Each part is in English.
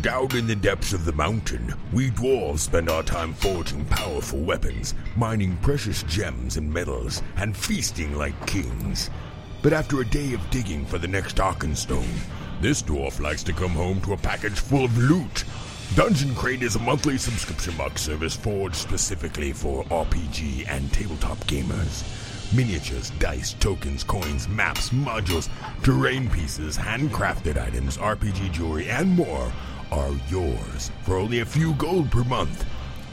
Down in the depths of the mountain, we dwarves spend our time forging powerful weapons, mining precious gems and metals, and feasting like kings. But after a day of digging for the next Arkenstone, this dwarf likes to come home to a package full of loot. Dungeon Crate is a monthly subscription box service forged specifically for RPG and tabletop gamers. Miniatures, dice, tokens, coins, maps, modules, terrain pieces, handcrafted items, RPG jewelry, and more are yours for only a few gold per month.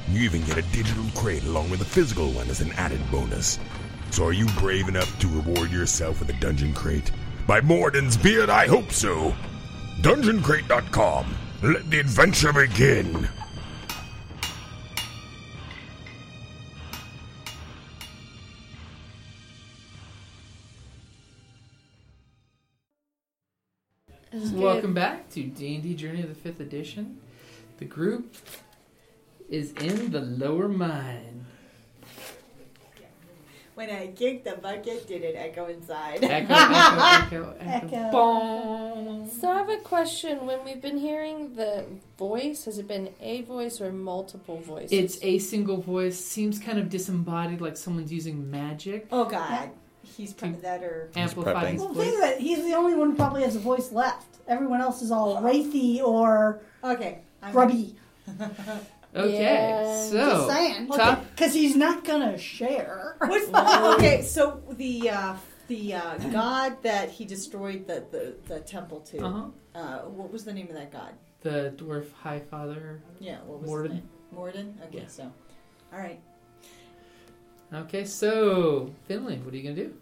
You even get a digital crate along with a physical one as an added bonus. So are you brave enough to reward yourself with a dungeon crate? By Morden's beard, I hope so! DungeonCrate.com. Let the adventure begin! Welcome back to D&D Journey of the 5th Edition. The group is in the lower mine. When I kicked the bucket, did it echo inside? Echo, echo, echo, echo. Echo. Boom. So I have a question. When we've been hearing the voice, has it been a voice or multiple voices? It's a single voice. Seems kind of disembodied, like someone's using magic. Oh God, he's probably that or Amplifying his Well, think voice. of it. He's the only one who probably has a voice left. Everyone else is all wraithy or okay. I'm grubby. Okay, Yeah. Just so saying. top- Because he's not gonna share. What's the okay? So the uh, the uh, god that he destroyed the the, the temple to. uh-huh. Uh, what was the name of that god? the dwarf high father. Yeah, what was Morden. His name? Morden. Okay, Yeah. so all right. Okay, so Finley, what are you gonna do?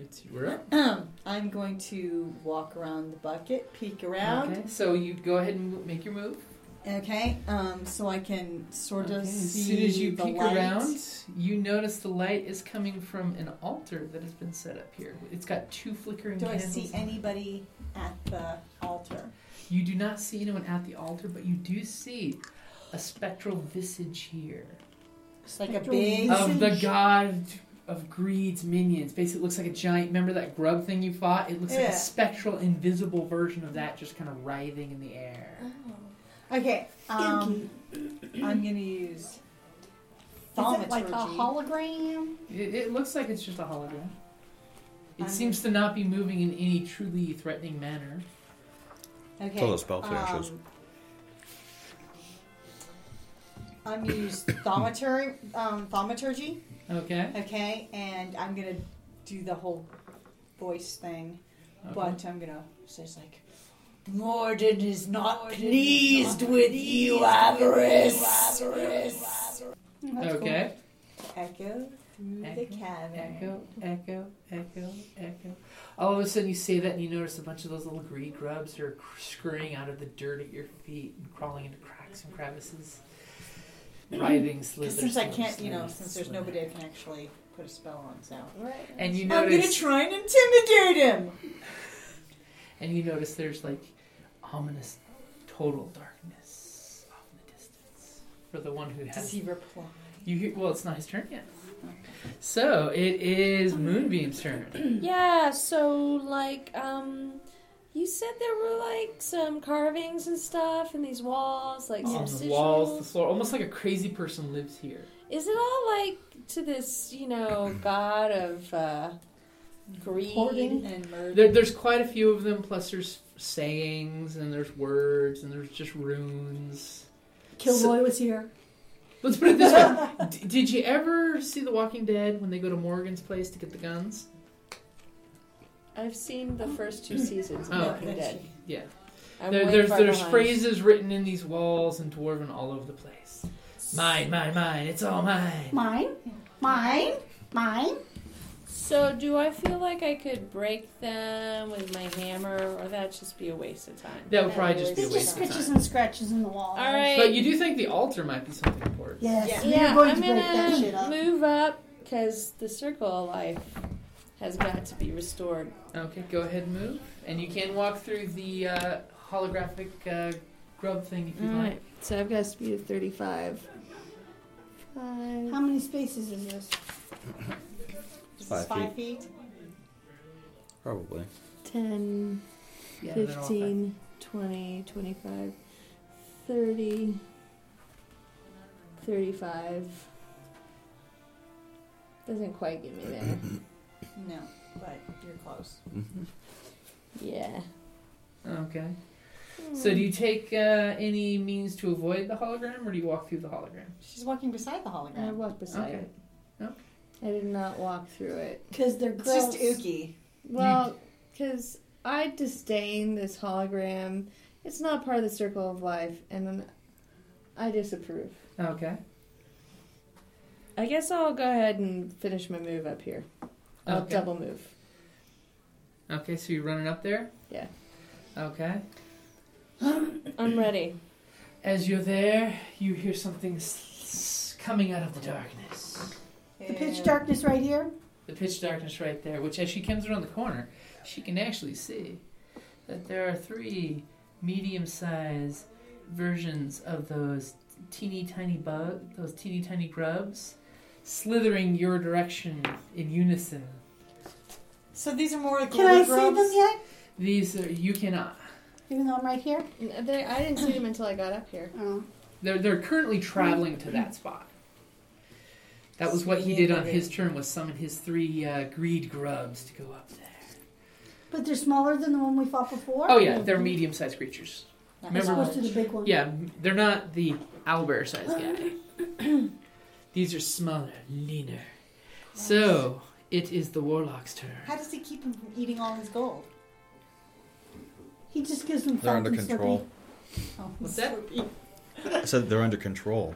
It's, we're up. Um, I'm going to walk around the bucket, peek around. Okay, so you go ahead and mo- make your move. Okay. um, so I can sort Okay, of see as soon as you the peek light. around, you notice the light is coming from an altar that has been set up here. It's got two flickering Do I candles. see anybody at the altar? You do not see anyone at the altar, but you do see a spectral visage here It's like a Spectral big vision. of the god of greed's minions. Basically, it looks like a giant. Remember that grub thing you fought? It looks like Yeah. a spectral, invisible version of that, just kind of writhing in the air. Uh-huh. Okay, um, Stinky. I'm gonna use Is it like a thaumaturgy. hologram? It, it looks like it's just a hologram. It I'm- seems to not be moving in any truly threatening manner. Okay. all those spell flashes. um, I'm gonna use thaumaturgy, um, thaumaturgy. Okay. Okay, and I'm gonna do the whole voice thing, Okay. but I'm gonna say it's like. Morden is not pleased with you, avarice. That's cool. Okay. Echo through the Echo, cavern. Echo, echo, echo, echo. All of a sudden, you say that, and you notice a bunch of those little greed grubs are cr- scurrying out of the dirt at your feet and crawling into cracks and crevices, writhing Because slithers. Mm-hmm. since I slithers, can't, you know, slithers, since there's slithers. nobody I can actually put a spell on, so. And you I'm gonna notice, try and intimidate him. and you notice there's like ominous, total darkness off in the distance for the one who has Does he reply? You hear, well, it's not his turn yet. So it is Moonbeam's turn. yeah, so like um you said there were like some carvings and stuff in these walls, like On the superstitional. walls, the floor, almost like a crazy person lives here. Is it all like to this, you know, god of uh greed? Hoarding. And murder. There, there's quite a few of them. Plus, there's sayings and there's words and there's just runes. Kilroy was here. Let's put it this way: D- Did you ever see The Walking Dead when they go to Morgan's place to get the guns? I've seen the first two seasons of Oh, Walking Dead. Yeah. I'm There, way there's far there's behind. phrases written in these walls and dwarven all over the place. Mine, mine, mine. It's all mine. Mine? Mine? Mine? So, do I feel like I could break them with my hammer, or that just be a waste of time? That would probably just be a It's just waste of scratches time. and scratches in the wall. All right. But you do think the altar might be something important. Yes, Yeah. you're yeah, going I'm to break that shit gonna up. move up because the circle of life has got to be restored. Okay, go ahead and move. And you can walk through the uh, holographic uh, grub thing if you'd like. so I've got a speed of 35. Five. How many spaces is this? It's five, feet. feet. Probably. 10, Yeah, they're all 15, fine. 20, 25, 30, 35. Doesn't quite get me there. No, but you're close. Yeah. Okay. So do you take uh, any means to avoid the hologram, or do you walk through the hologram? She's walking beside the I hologram. walked beside Okay. it. Okay. I did not walk through it. Because they're It's gross. just ooky. Well, because I disdain this hologram. It's not part of the circle of life, and then I disapprove. Okay. I guess I'll go ahead and finish my move up here. I'll Okay. double move. Okay. So you're running up there. Yeah. Okay. I'm ready. As you're there, you hear something s- s- coming out of the darkness. The pitch darkness right here. The pitch darkness right there, which as she comes around the corner, she can actually see that there are three medium sized versions of those teeny tiny bug, those teeny tiny grubs, slithering your direction in unison. So these are more like Can little I see them grubs? yet? These are, you cannot. Even though I'm right here? N- They, I didn't see him until I got up here. Oh. They're they're currently traveling to that spot. That was what he did on his turn was summon his three uh, greed grubs to go up there. But they're smaller than the one we fought before? Oh yeah, they're medium sized creatures. As Remember- opposed to the big one. Yeah, they're not the owlbear sized guy. These are smaller, leaner. So it is the warlock's turn. How does he keep him from eating all his gold? He just gives them They're fat under and slippery. control. Oh, What's that? I said they're under control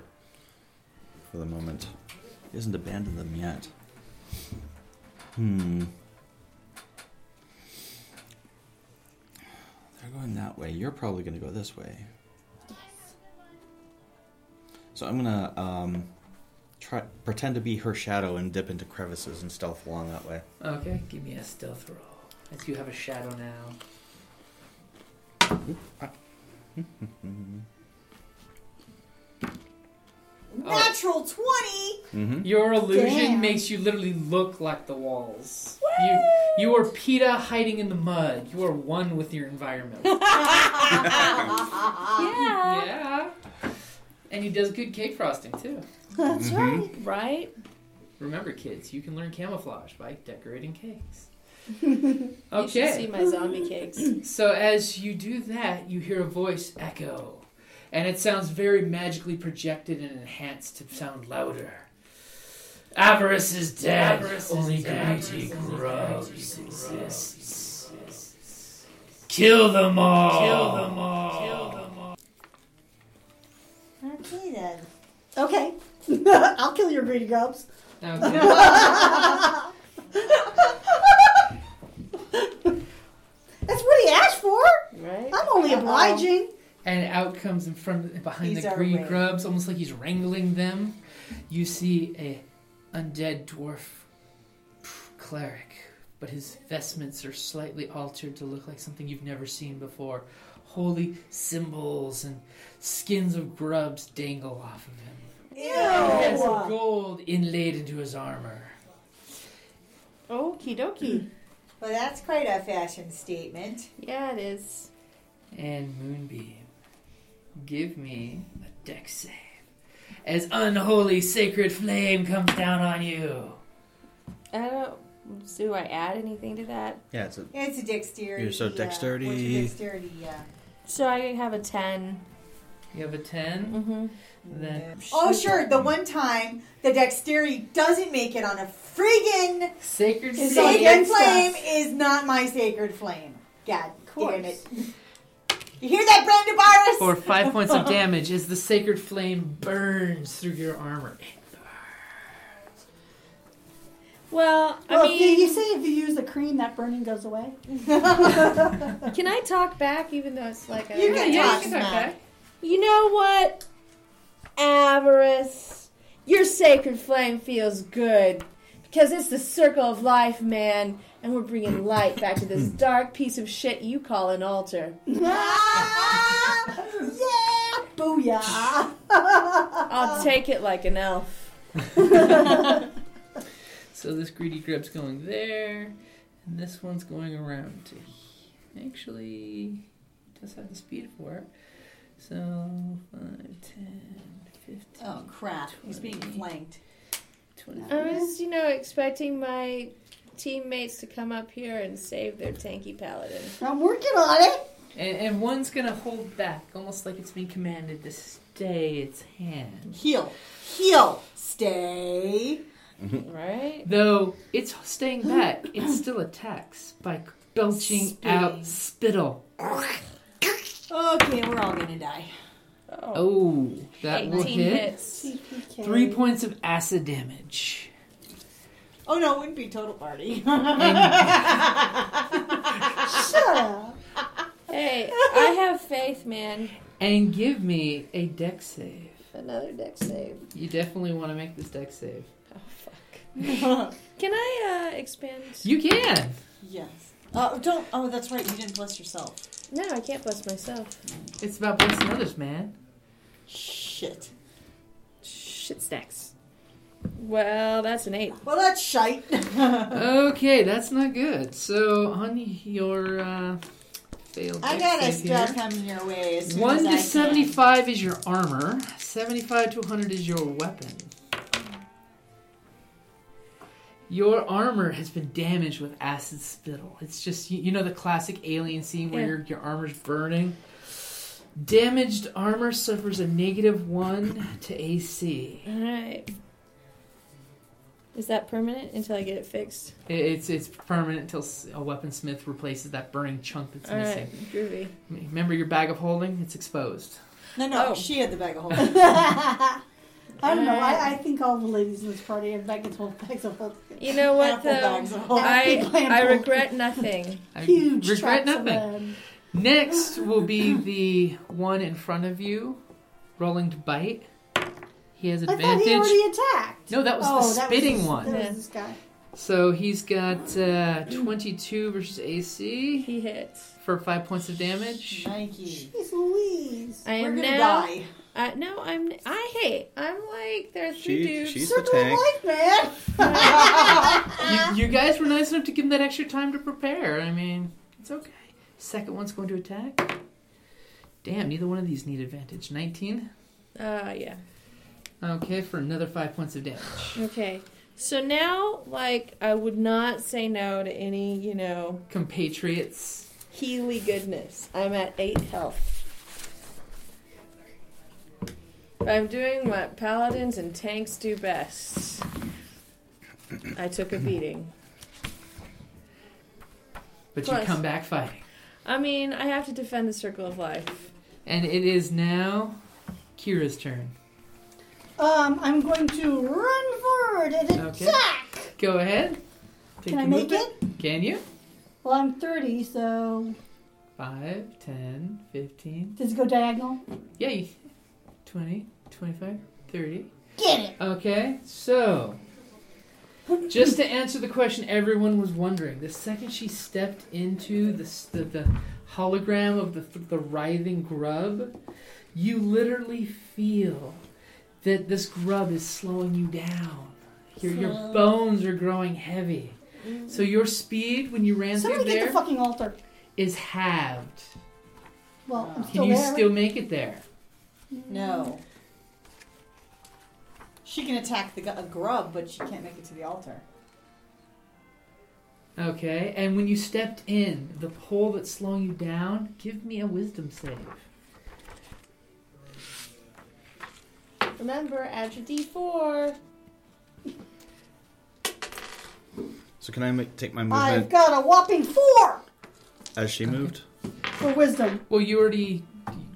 for the moment. He hasn't abandoned them yet. Hmm. They're going that way. You're probably going to go this way. So I'm gonna um, try pretend to be her shadow and dip into crevices and stealth along that way. Okay, give me a stealth roll. As you have a shadow now. Natural 20! Mm-hmm. Your illusion Damn. makes you literally look like the walls. You, you are PETA hiding in the mud. You are one with your environment. yeah. yeah. And he does good cake frosting too. That's right. Right? Remember, kids, you can learn camouflage by decorating cakes. You should see Okay. my zombie cakes. So as you do that, you hear a voice echo, and it sounds very magically projected and enhanced to sound louder. Avarice is dead. Only greedy grubs exists. Kill them all. Kill them all. Okay then. Okay. I'll kill your greedy grubs. Okay. That's what he asked for. Right? I'm only obliging. and out comes in front behind These the are green red. grubs, almost like he's wrangling them. You see a undead dwarf cleric, but his vestments are slightly altered to look like something you've never seen before. Holy symbols and skins of grubs dangle off of him. He has gold inlaid into his armor. Okie dokie. Well, that's quite a fashion statement. Yeah, it is. And Moonbeam, give me a deck save. As unholy sacred flame comes down on you. I don't. Do I add anything to that? Yeah, it's a, It's a dexterity. You're so yeah. dexterity. What's your dexterity, yeah. So I have a 10. You have a 10? Mm-hmm. Then Oh, sure. The one time the dexterity doesn't make it on a friggin' Sacred Is Flame. all sacred that- against flame us. is not my sacred flame. God course. damn it. You hear that, Brandon Barris? For five points of damage as the Sacred Flame burns through your armor. Well, I Well, if you- you mean, say if you use the cream, that burning goes away. can I talk back even though it's like a. You Yeah, can yeah, talk you can talk smack. back. You know what? Avarice. Your sacred flame feels good. Because it's the circle of life, man. And we're bringing light back to this dark piece of shit you call an altar. Ah! yeah! Booyah! I'll take it like an elf. So this greedy grub's going there, and this one's going around to he- actually it does have the speed for it. So 5, 10, 15, Oh crap! He's being Twenty. flanked. 20. I was, you know, expecting my teammates to come up here and save their tanky paladin. I'm working on it! And, and one's gonna hold back, almost like it's being commanded to stay its hand. Heal, heal, stay. Right? Though it's staying back, it still attacks by belching out spittle. Okay, we're all gonna die. Oh, that will 18 hit. hits. Three points of acid damage. Oh no, it wouldn't be total party. Shut up! Hey, I have faith, man. And give me a deck save. Another deck save. You definitely want to make this deck save. Oh, fuck. Can I uh, expand? You can! yes. Uh, don't. Oh, that's right. You didn't bless yourself. No, I can't bless myself. It's about blessing others, man. Shit. Shit stacks. Well, that's an eight. Well, that's shite. Okay, that's not good. So, on your uh, failed I deck gotta save here- start coming your way. As soon One as I to can. seventy-five is your armor. Seventy-five to one hundred is your weapon. Your armor has been damaged with acid spittle. It's just you, you know the classic alien scene where Yeah. your your armor's burning. Damaged armor suffers a negative one to AC. All right. Is that permanent until I get it fixed? I- It's it's permanent until s- a weaponsmith replaces that burning chunk that's All right, missing. groovy. Remember your bag of holding? It's exposed. No, no, Oh. she had the bag of holding. I don't know. I, I think all the ladies in this party have bags of holding. Bags of holding. You know what, Apple bags of though? holding. uh, I, Apple bag of I holding. regret nothing. I Huge regret tracts of nothing. land. Next will be the one in front of you, rolling to bite. He has I thought advantage. he already attacked. No, that was oh, the spitting that was, one. That Yeah. was this guy. So he's got uh, 22 versus AC He hits. for five points of damage. Thank you. He's Louise. I We're am gonna now. die. I, no, I'm. I hate. I'm like there are three She- dudes. she's- He's the Circle tank. of life, man! You, you guys were nice enough to give him that extra time to prepare. I mean, it's okay. Second one's going to attack. Damn, neither one of these need advantage. 19. Uh, yeah. Okay, for another five points of damage. Okay. So now, like, I would not say no to any, you know, Compatriots. Healy goodness. I'm at eight health. But I'm doing what paladins and tanks do best. I took a beating. But you Plus. come back fighting. I mean, I have to defend the circle of life. And it is now Kira's turn. Um, I'm going to run forward and attack. Okay. Go ahead. Take Can I your make movement. it? Can you? Well, I'm 30, so 5, 10, 15. does it go diagonal? Yeah, you- 20, 25, 30. Get it! Okay, so just to answer the question everyone was wondering, the second she stepped into the, s- the, the hologram of the, the writhing grub, you literally feel that this grub is slowing you down. Your, your bones are growing heavy. So your speed when you ran Mm-hmm. Somebody through get there the fucking altar. is halved. Well, I'm Can still Can you there. still make it there? No. She can attack the gu- a grub, but she can't make it to the altar. Okay, and when you stepped in, the pole that's slowing you down, give me a wisdom save. Remember, add your d4. So can I make, take my I've movement got a whopping four as she moved? for wisdom. Well, you already.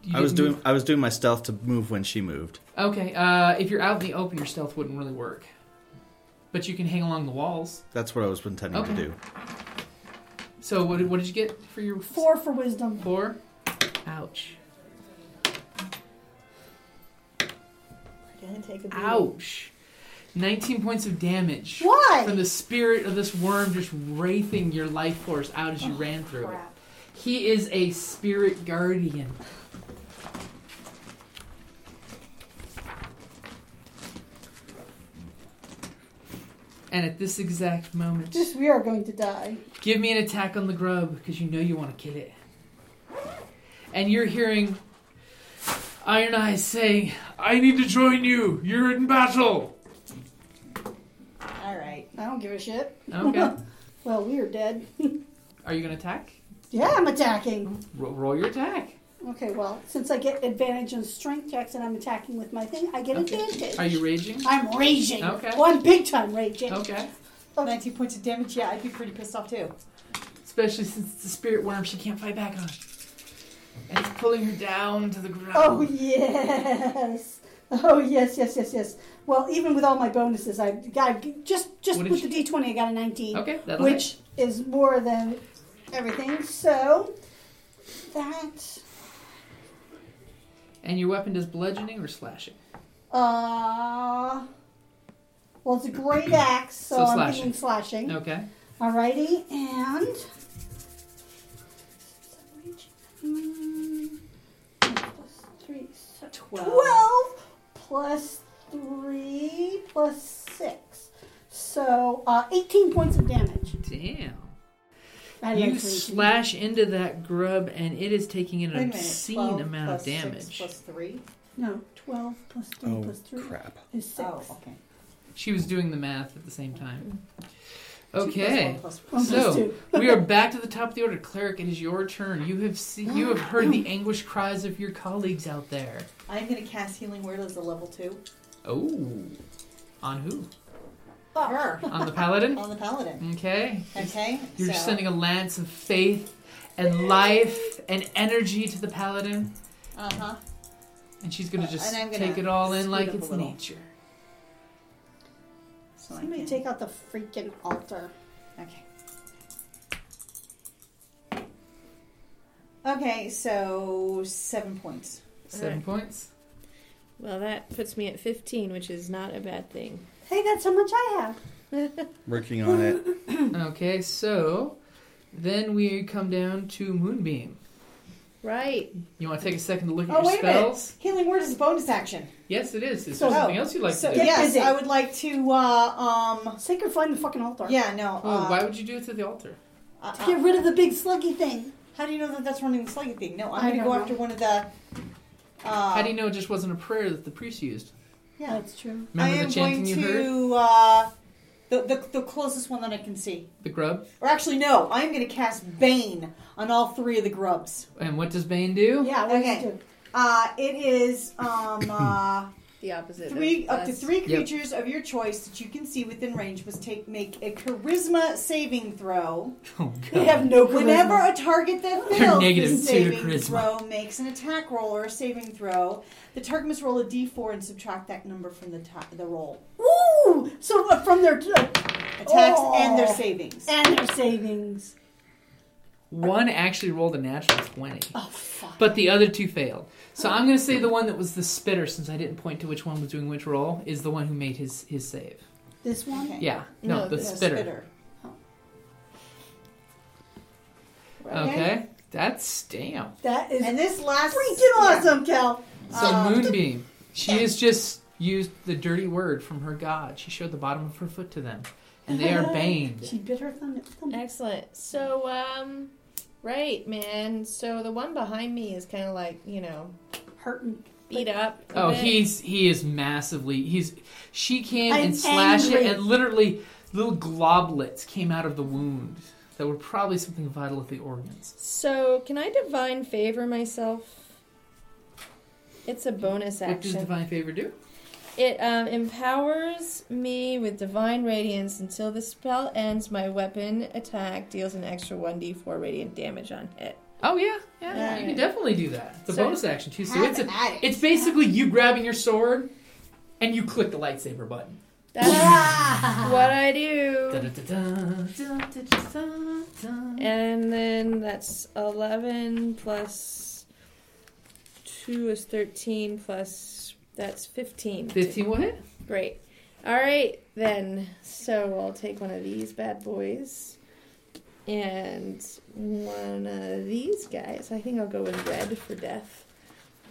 You I was didn't doing move- I was doing my stealth to move when she moved. Okay, uh, if you're out in the open, your stealth wouldn't really work. but you can hang along the walls. That's what I was intending Okay. to do. So what did, what did you get for your Four for wisdom. Four. Ouch. Gonna take a beating. Ouch. 19 points of damage. Why? From the spirit of this worm just wraithing your life force out as you ran through crap. it. He is a spirit guardian. And at this exact moment, Just we are going to die. Give me an attack on the grub because you know you want to kill it. And you're hearing Iron Eyes saying, I need to join you. You're in battle. All right. I don't give a shit. Okay. Well, we are dead. Are you going to attack? yeah, I'm attacking. Roll, roll your attack. Okay, well, since I get advantage on strength checks and I'm attacking with my thing, I get Okay. advantage. Are you raging? I'm raging. Okay. Oh, I'm big time raging. Okay. 19 points of damage. Yeah, I'd be pretty pissed off too. Especially since it's a spirit worm she can't fight back on. And it's pulling her down to the ground. Oh yes. Oh yes, yes, yes, yes. Well, even with all my bonuses, I got just just What did with you the D twenty, I got a nineteen, Okay, that'll which is more than everything. So that hit. And your weapon does bludgeoning or slashing? uh, well, it's a great axe, so, So I'm slashing. thinking slashing. Okay. Alrighty, and. Mm, Plus three, so Twelve. 12 plus 3 plus 6. So uh, 18 points of damage. Damn. I You like 18. slash into that grub and it is taking an Wait a minute, obscene 12 amount of plus six damage. plus three. No, 12 plus 3 Oh plus 3 crap! is 6. Oh, okay. She was doing the math at the same time. Two plus Okay. one plus- One plus So two. we are back to the top of the order. Cleric, it is your turn. You have seen, you have heard the anguish cries of your colleagues out there. I'm gonna cast healing word as a level two. Oh, on who? Her On the paladin. on the paladin. Okay, Okay. you're so just sending a lance of faith and life and energy to the paladin, Uh huh. and she's gonna Uh, just and I'm gonna take it all in scoot like up a it's little. nature. So I Somebody can. take out the freaking altar. Okay. Okay, so seven points. Seven Alright. points. Well, that puts me at 15, which is not a bad thing. Hey, that's how much I have. Working on it. Okay, so then we come down to moonbeam. Right. You want to take a second to look at Oh, your wait a minute. spells? Healing word is a bonus action. Yes, it is. Is So- there something Oh, else you'd like so to do? yeah. yes, busy. I would like to. Uh, um, Sacred flame, the fucking altar. yeah, no. Oh, uh, why would you do it to the altar? uh, To uh, get rid of the big sluggy thing. how do you know that that's running the sluggy thing? No, I'm I gonna don't go know. after one of the. Uh, How do you know it just wasn't a prayer that the priest used? Yeah. That's true. I Remember am the going chanting you heard? to uh, the, the the closest one that I can see. The grub? Or actually, no. I am going to cast Bane on all three of the grubs. And what does Bane do? Yeah, what Okay. do you do? Uh, it is um, uh, The opposite. three of up to us. three creatures of your choice that you can see within range must take make a charisma saving throw. Oh, We God. have no charisma. Whenever a target that fails negative the two to saving charisma. throw makes an attack roll or a saving throw, the target must roll a d4 and subtract that number from the ta- the roll. Woo! So uh, from their uh, Attacks and their Oh. savings. and their savings. One actually rolled a natural 20, Oh fuck! but the other two failed. So I'm going to say the one that was the spitter, since I didn't point to which one was doing which roll, is the one who made his, his save. This one. Okay. Yeah. No, No, the, the No, spitter. Okay. That's damn. That is And this last freaking awesome, Cal. So Um, Moonbeam, she has just used the dirty word from her god. She showed the bottom of her foot to them, and they are baned. She bit her thumb. thumb. Excellent. So, um, right, man. So the one behind me is kind of like, you know, Hurting. beat up. a Oh, bit. he's he is massively he's she came I'm and slashed angry. it, and literally little globlets came out of the wound that were probably something vital with the organs. So, can I divine favor myself? It's a bonus What does action. divine favor do? It um, empowers me with divine radiance until the spell ends. My weapon attack deals an extra 1d4 radiant damage on hit. Oh yeah, yeah, you can Alright. definitely do that. It's a So- bonus action too. So Have it's a, at it. it's basically you grabbing your sword and you click the lightsaber button. That's what I do. Da-da-da-da-da-da-da-da. And then that's 11 plus 2 is 13 plus that's 15. 15 will hit. Great. All right, then. So I'll take one of these bad boys and one of these guys. I think I'll go with red for death.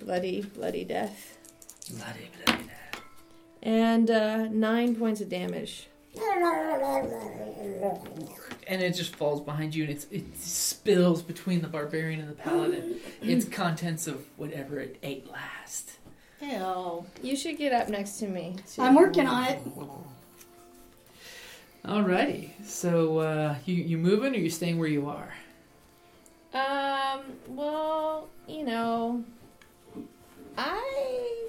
Bloody, bloody death. Bloody, bloody, bloody. And uh, nine points of damage. And it just falls behind you and it's, it spills between the barbarian and the paladin. It's contents of whatever it ate last. Ew. You should get up next to me. I'm working on it. Alrighty. So uh, you you moving or you staying where you are? Um, well, you know, I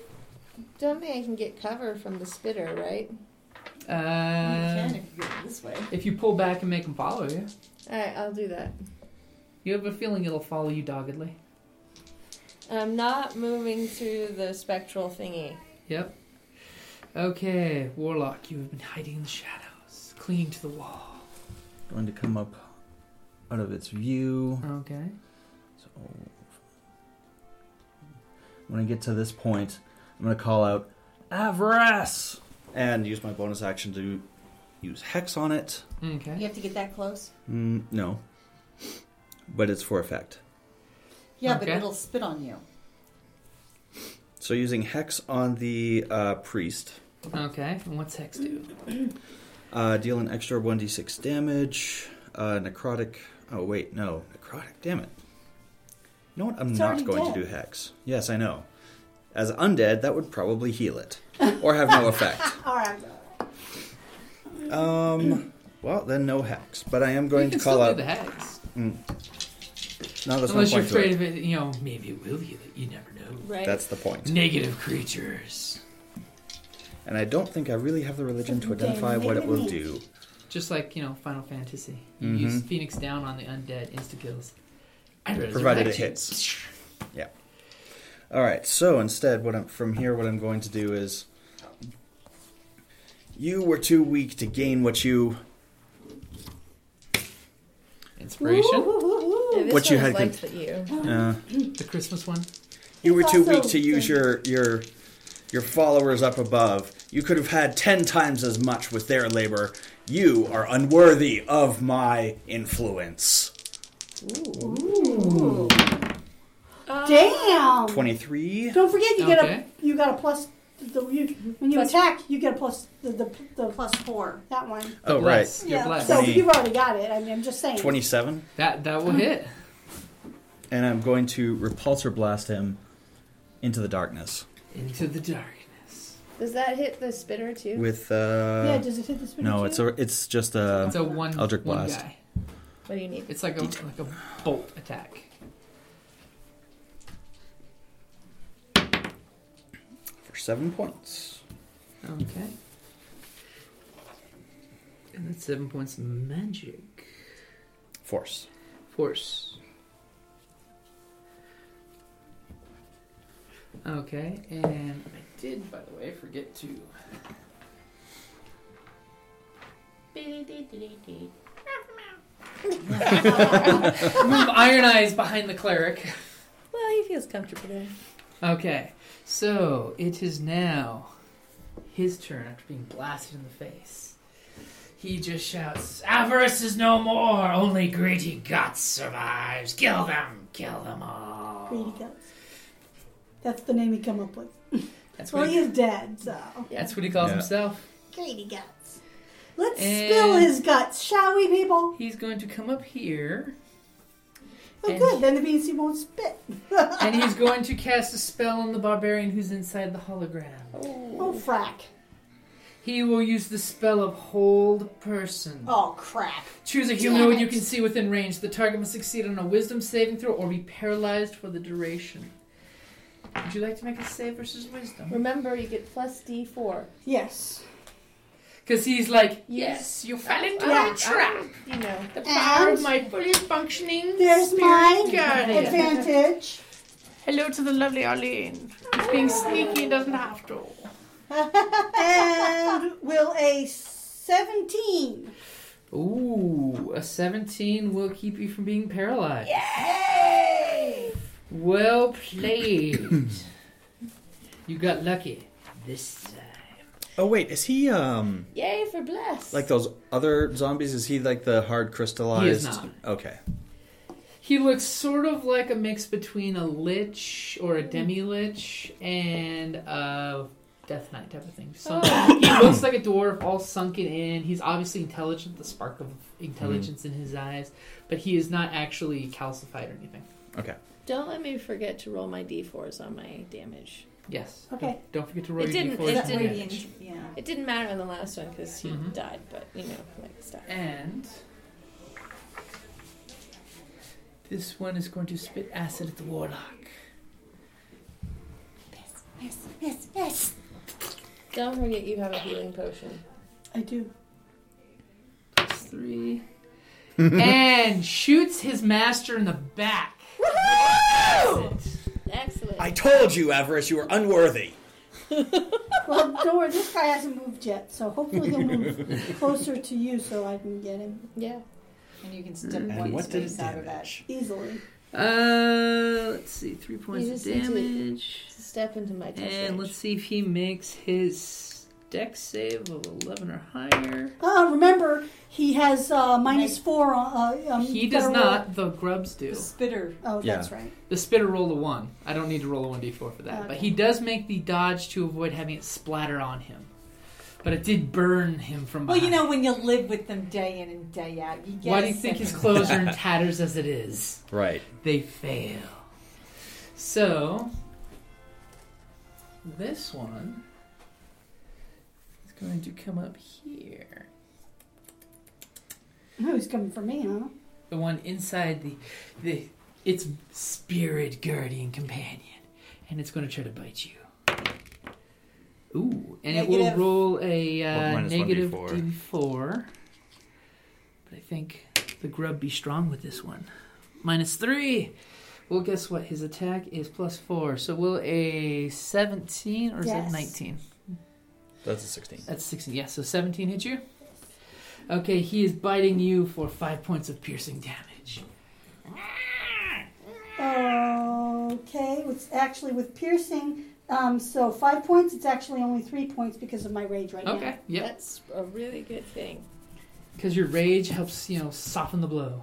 don't think I can get cover from the spitter, right? you Uh, can if you go this way. if you pull back and make him follow you, All right, I'll do that. you have a feeling it'll follow you doggedly. I'm not moving through the spectral thingy. Yep. Okay, warlock, you have been hiding in the shadows, clinging to the wall. Going to come up out of its view. Okay. So when I get to this point, I'm going to call out Avras and use my bonus action to use hex on it. You Okay. have to get that close. Mm, no, but it's for effect. Yeah, but Okay. it'll spit on you. So using hex on the uh, priest, Okay. And what's hex do? uh, deal an extra 1d6 damage. Uh, necrotic. Oh wait, no, necrotic. Damn it. You know what? I'm It's not already going dead. to do hex. Yes, I know. As undead, that would probably heal it or have no effect. All right. Um. Well, then no hex. But I am going you can to call still out. do the hex, No, that's unless no you're point to afraid it. of it. You know, maybe it will heal it. You never know. Right. That's the point. Negative creatures, And I don't think I really have the religion to identify what it will do. just like you know, Final Fantasy. You Mm-hmm. use Phoenix down on the undead, insta kills. Provided it hits. Yeah. All right. So instead, what I'm from here, what I'm going to do is, you were too weak to gain what you Inspiration, Yeah, this What you one's had liked at you. uh, the Christmas one. you were It's too also weak to use the- your your your followers up above. You could have had ten times as much with their labor. You are unworthy of my influence. Damn. Twenty-three. Don't forget you get a Okay. you got a plus the you, when you Plus- attack you get a plus the the, the Plus four. that one. Oh Bless. right. You're yeah. blessed. So Twenty. you've already got it. I mean, I'm just saying. Twenty-seven. That that will hit. and I'm going to repulsor blast him into the darkness Into the darkness. Does that hit the spitter too? with yeah. uh Does it hit the spirit? no, it's a it's just It's a a one. Eldritch one Blast. guy. what do you need? It's like a like a bolt attack. for 7 points. Okay. And that's seven points of magic. Force. Force. Okay, and I did, by the way, forget to. Move Iron Eyes behind the cleric. Well, he feels comfortable there. Okay, so it is now his turn after being blasted in the face. He just shouts, Avarice is no more! Only greedy guts survives! Kill them! Kill them all! Greedy guts. That's the name he come up with. That's Well, what, he, he's dead, so that's what he calls Yeah. himself. greedy guts. Let's And- spill his guts, shall we, people? He's going to come up here, Oh, And- good. Then the BNC won't spit. and he's going to cast a spell on the barbarian who's inside the hologram. Oh, frack. He will use the spell of Hold Person. Oh, crap. Choose a humanoid you can see within range. The target must succeed on a wisdom saving throw or be paralyzed for the duration. Would you like to make a save versus wisdom? Remember, you get plus D4. Yes. Because he's like, Yes. yes, you fell into Yeah. my trap. You know. The power of And- my fully functioning There's spirit my guardian. advantage. Hello to the lovely Arlene. Being sneaky doesn't have to. and we'll roll a 17. Ooh, a 17 will keep you from being paralyzed. Yay! Well played. you got lucky this time. Oh wait, is he um Yay for bless. like those other zombies? Is he like the hard crystallized? not. Okay. He looks sort of like a mix between a lich or a demi lich and a death knight type of thing. Sunk- he looks like a dwarf, all sunken in. He's obviously intelligent, the spark of intelligence in his eyes, but he is not actually calcified or anything. Okay. Don't let me forget to roll my d4s on my damage. Yes. Okay. Don't- Don't forget to roll It your didn't- d4s. it and didn't- damage. Radiant, yeah. It didn't matter in the last one because you Mm-hmm. Mhm. died, but you know, like stuff. And this one is going to spit acid at the warlock. Don't forget you have a healing potion. I do. Plus three. and shoots his master in the back. Acid. Excellent. I told you, Avarice, you were unworthy. Well, don't worry, this guy hasn't moved yet, so hopefully he'll move closer to you so I can get him yeah. And you can step And one what did it space out of that. damage? easily. Uh, let's see, three points just of need to- damage. Step into my touch And range. let's see if he makes his deck save of 11 or higher. Uh, remember, he has uh, minus four. Uh, um, He does federal- not, the grubs do. The spitter. Oh, that's Yeah. right. The spitter rolled a one. I don't need to roll a one d4 for that. But Okay. he does make the dodge to avoid having it splatter on him. But it did burn him from Well, behind. you know, when you live with them day in and day out, you get Why a do you think his second- clothes are in tatters as it is? Right. They fail. So, this one is going to come up here. No, he's coming for me, huh? The one inside the, the its spirit guardian companion, and it's going to try to bite you. Ooh, and it Negative. will roll a Well, uh, minus negative 1d4. d4. But I think the grub be strong with this one. Minus three. Well, guess what? His attack is plus four. So will a seventeen or is Yes. it nineteen? That's a sixteen. That's sixteen. Yeah. So seventeen hit you. Okay, he is biting you for five points of piercing damage. Okay, it's actually with piercing. Um, so five points. It's actually only three points because of my rage right now. Okay. Yep. That's a really good thing. Because your rage helps, you know, soften the blow.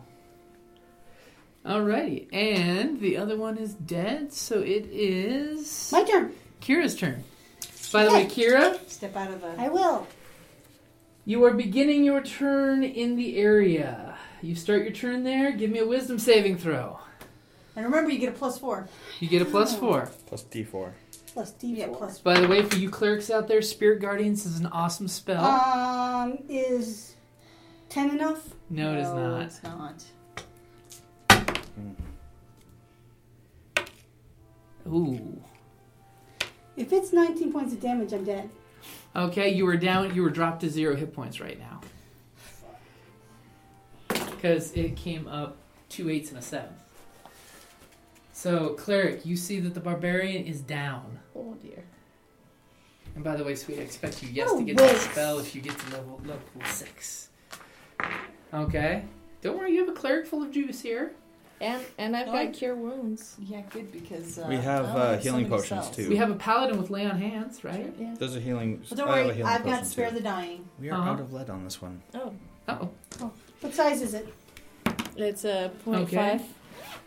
Alrighty, and the other one is dead, so it is My turn. Kira's turn. By the way, Kira, Step out of the. I will. you are beginning your turn in the area. You start your turn there. Give me a wisdom saving throw. And remember, you get a plus four. You get a plus four. Plus D four. Plus D4. You get plus. By the way, for you clerics out there, Spirit Guardians is an awesome spell. Um, is ten enough? no, it is not. It's not. Ooh. If it's nineteen points of damage, I'm dead. Okay, you were down. You were dropped to zero hit points right now. Because it came up two eights and a seven. So, cleric, you see that the barbarian is down. Oh dear. And by the way, sweet, I expect you yes Oh, to get that wait. spell if you get to level level six. Okay. Don't worry, you have a cleric full of juice here. And and I've No, I- got cure wounds. Yeah, good because. Uh, We have, I uh, only so healing many potions, cells. too. We have a paladin with lay on hands, right? Yeah. There's a healing. Well, don't I have a worry, healing I've potion, got spare too. the dying. We are Uh-huh. out of lead on this one. Oh, Uh oh. What size is it? it's a point Okay. five.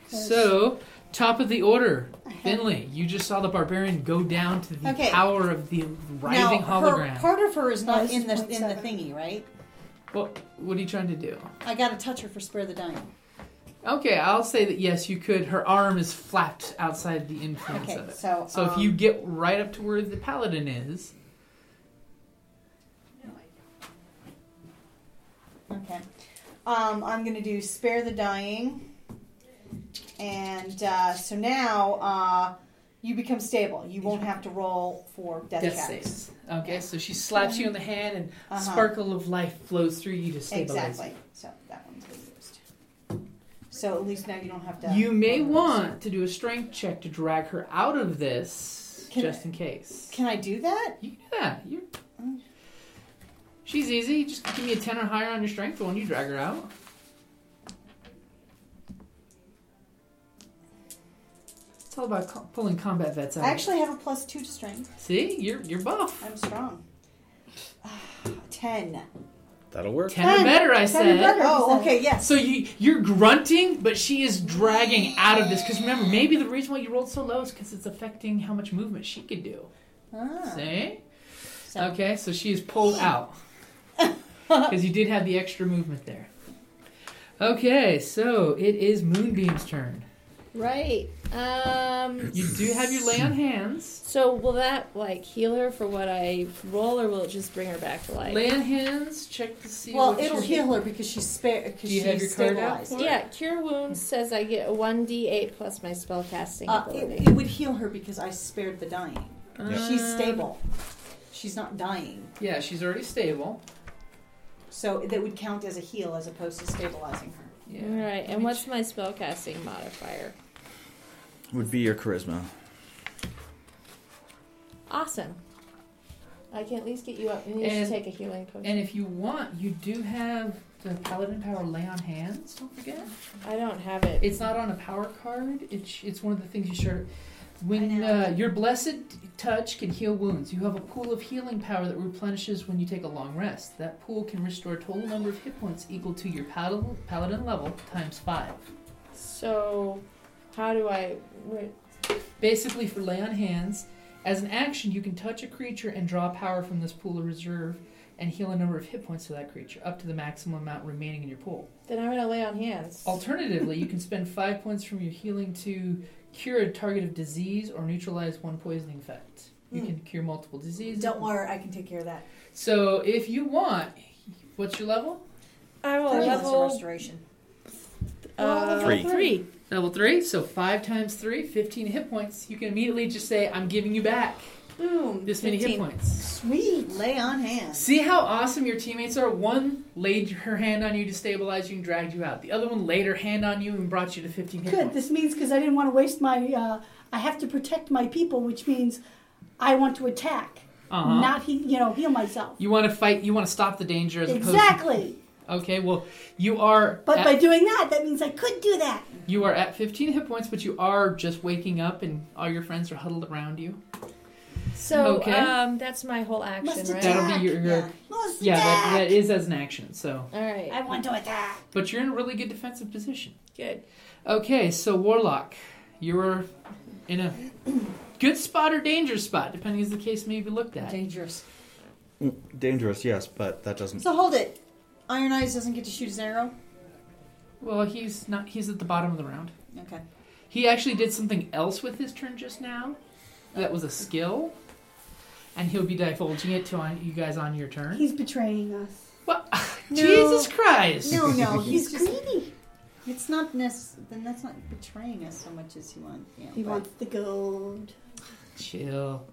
So, top of the order, I have- Finley, you just saw the barbarian go down to the Okay. power of the writhing now, hologram. Her, part of her is Oh, not this in the is in the 0.7. thingy, right? What what are you trying to do? I gotta touch her for spare the dying. Okay, I'll say that yes, you could. Her arm is flapped outside the influence Okay, of it. so, so if um, you get right up to where the paladin is, Okay. Um, I'm going to do Spare the Dying. And uh, so now uh, you become stable. You won't have to roll for death, death checks. saves. Okay, so she slaps you in the hand, and Uh-huh. sparkle of life flows through you to stabilize. Exactly. So that one's been used. So at least now you don't have to. You may want to do a strength check to drag her out of this, Can just in case. Can I do that? you can do that. You're, She's easy. Just give me a 10 or higher on your strength when you drag her out. It's all about co- pulling combat vets out. I actually have a plus two to strength. See? You're, you're buff. I'm strong. Ten. That'll work. 10 or better, I Ten or said. better, he Oh, said. okay, yes. So you you're grunting, but she is dragging out of this. Because remember, maybe the reason why you rolled so low is because it's affecting how much movement she could do. Ah. See? Okay, so she is pulled out because you did have the extra movement there. Okay, so it is Moonbeam's turn. Right. Um. You do have your lay on hands. So will that like heal her for what I roll, or will it just bring her back to life? Lay on hands. Check to see. Well, what it'll your- heal her because she's spared. Because Do you she's have your card out? stabilized. for it? Yeah, cure wounds says I get a one d eight plus my spellcasting Uh, ability. it, it would heal her because I spared the dying. She's Uh. stable. She's not dying, Yeah, she's already stable. so that would count as a heal as opposed to stabilizing her. Yeah. All right, Let and me what's my spellcasting modifier? Would be your charisma. Awesome. I can at least get you up, and you And- should take a healing potion. And if you want, you do have the Paladin Power Lay on Hands, don't forget. I don't have it. It's not on a power card, it's, it's one of the things you share. When uh, your blessed touch can heal wounds, you have a pool of healing power that replenishes when you take a long rest. That pool can restore a total number of hit points equal to your paladin, paladin level times five. So, how do I? wait, Basically, for lay on hands, as an action, you can touch a creature and draw power from this pool of reserve and heal a number of hit points to that creature, up to the maximum amount remaining in your pool. Then I'm gonna lay on hands. Alternatively, you can spend five points from your healing to cure a target of disease or neutralize one poisoning effect. You can cure multiple diseases. Don't worry, I can take care of that. So if you want, what's your level? I will Three levels of level restoration. uh, Three. three. Level three. So five times three, 15 hit points. You can immediately just say, I'm giving you back Boom. this many hit 15. points. Sweet. Lay on hands. See how awesome your teammates are? One laid her hand on you to stabilize you and dragged you out. The other one laid her hand on you and brought you to 15 hit Good. points. This means because I didn't want to waste my, uh, I have to protect my people, which means I want to attack, Uh-huh. not he, you know, heal myself. You want to fight, you want to stop the danger as opposed Exactly. to. Okay, well, you are. But at- by doing that, that means I could do that. You are at 15 hit points, but you are just waking up and all your friends are huddled around you. So Okay. um, that's my whole action, Must right? attack. That'll be your. your- Let's yeah, that, attack. that is as an action, so. All right, I want to attack. But you're in a really good defensive position. good. Okay, so Warlock, you're in a good spot or dangerous spot, depending as the case may be looked at. Dangerous. Mm, Dangerous, yes, but that doesn't. So hold it. Iron Eyes doesn't get to shoot his arrow. Well, he's not. He's at the bottom of the round. Okay. He actually did something else with his turn just now. That was a skill. And he'll be divulging it to on, you guys on your turn. He's betraying us. Well, Jesus Christ! No, Oh, no, he's just. greedy. It's not necessary. Then that's not betraying us so much as he wants. Yeah, He but- wants the gold. Chill.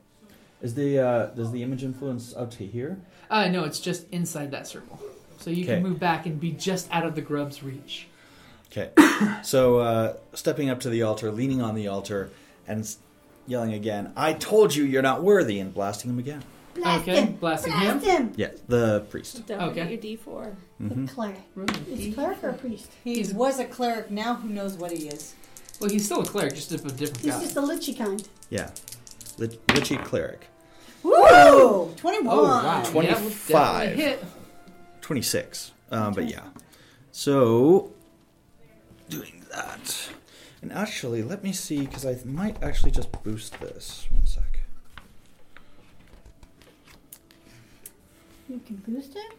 Is the uh, does the image influence up to here? Uh, no, it's just inside that circle. So you Okay. can move back and be just out of the grub's reach. Okay. so uh, stepping up to the altar, leaning on the altar, and s- yelling again, "I told you you're not worthy!" and blasting him again. Blast okay, him. blasting Blast him. him. Yeah, the priest. Don't Okay. forget your d4. Mm-hmm. The cleric. Is cleric or priest? He He's- was a cleric. Now who knows what he is? Well, he's still a cleric, just of a different He's guy. just the lichy kind. Yeah, Lit- Lichy cleric, Woo! Twenty-one. Oh, wow. Tw- Yeah, we'll definitely 25. hit. twenty six. Um, but yeah, so doing that, and actually, let me see because I might actually just boost this. One sec. You can boost it.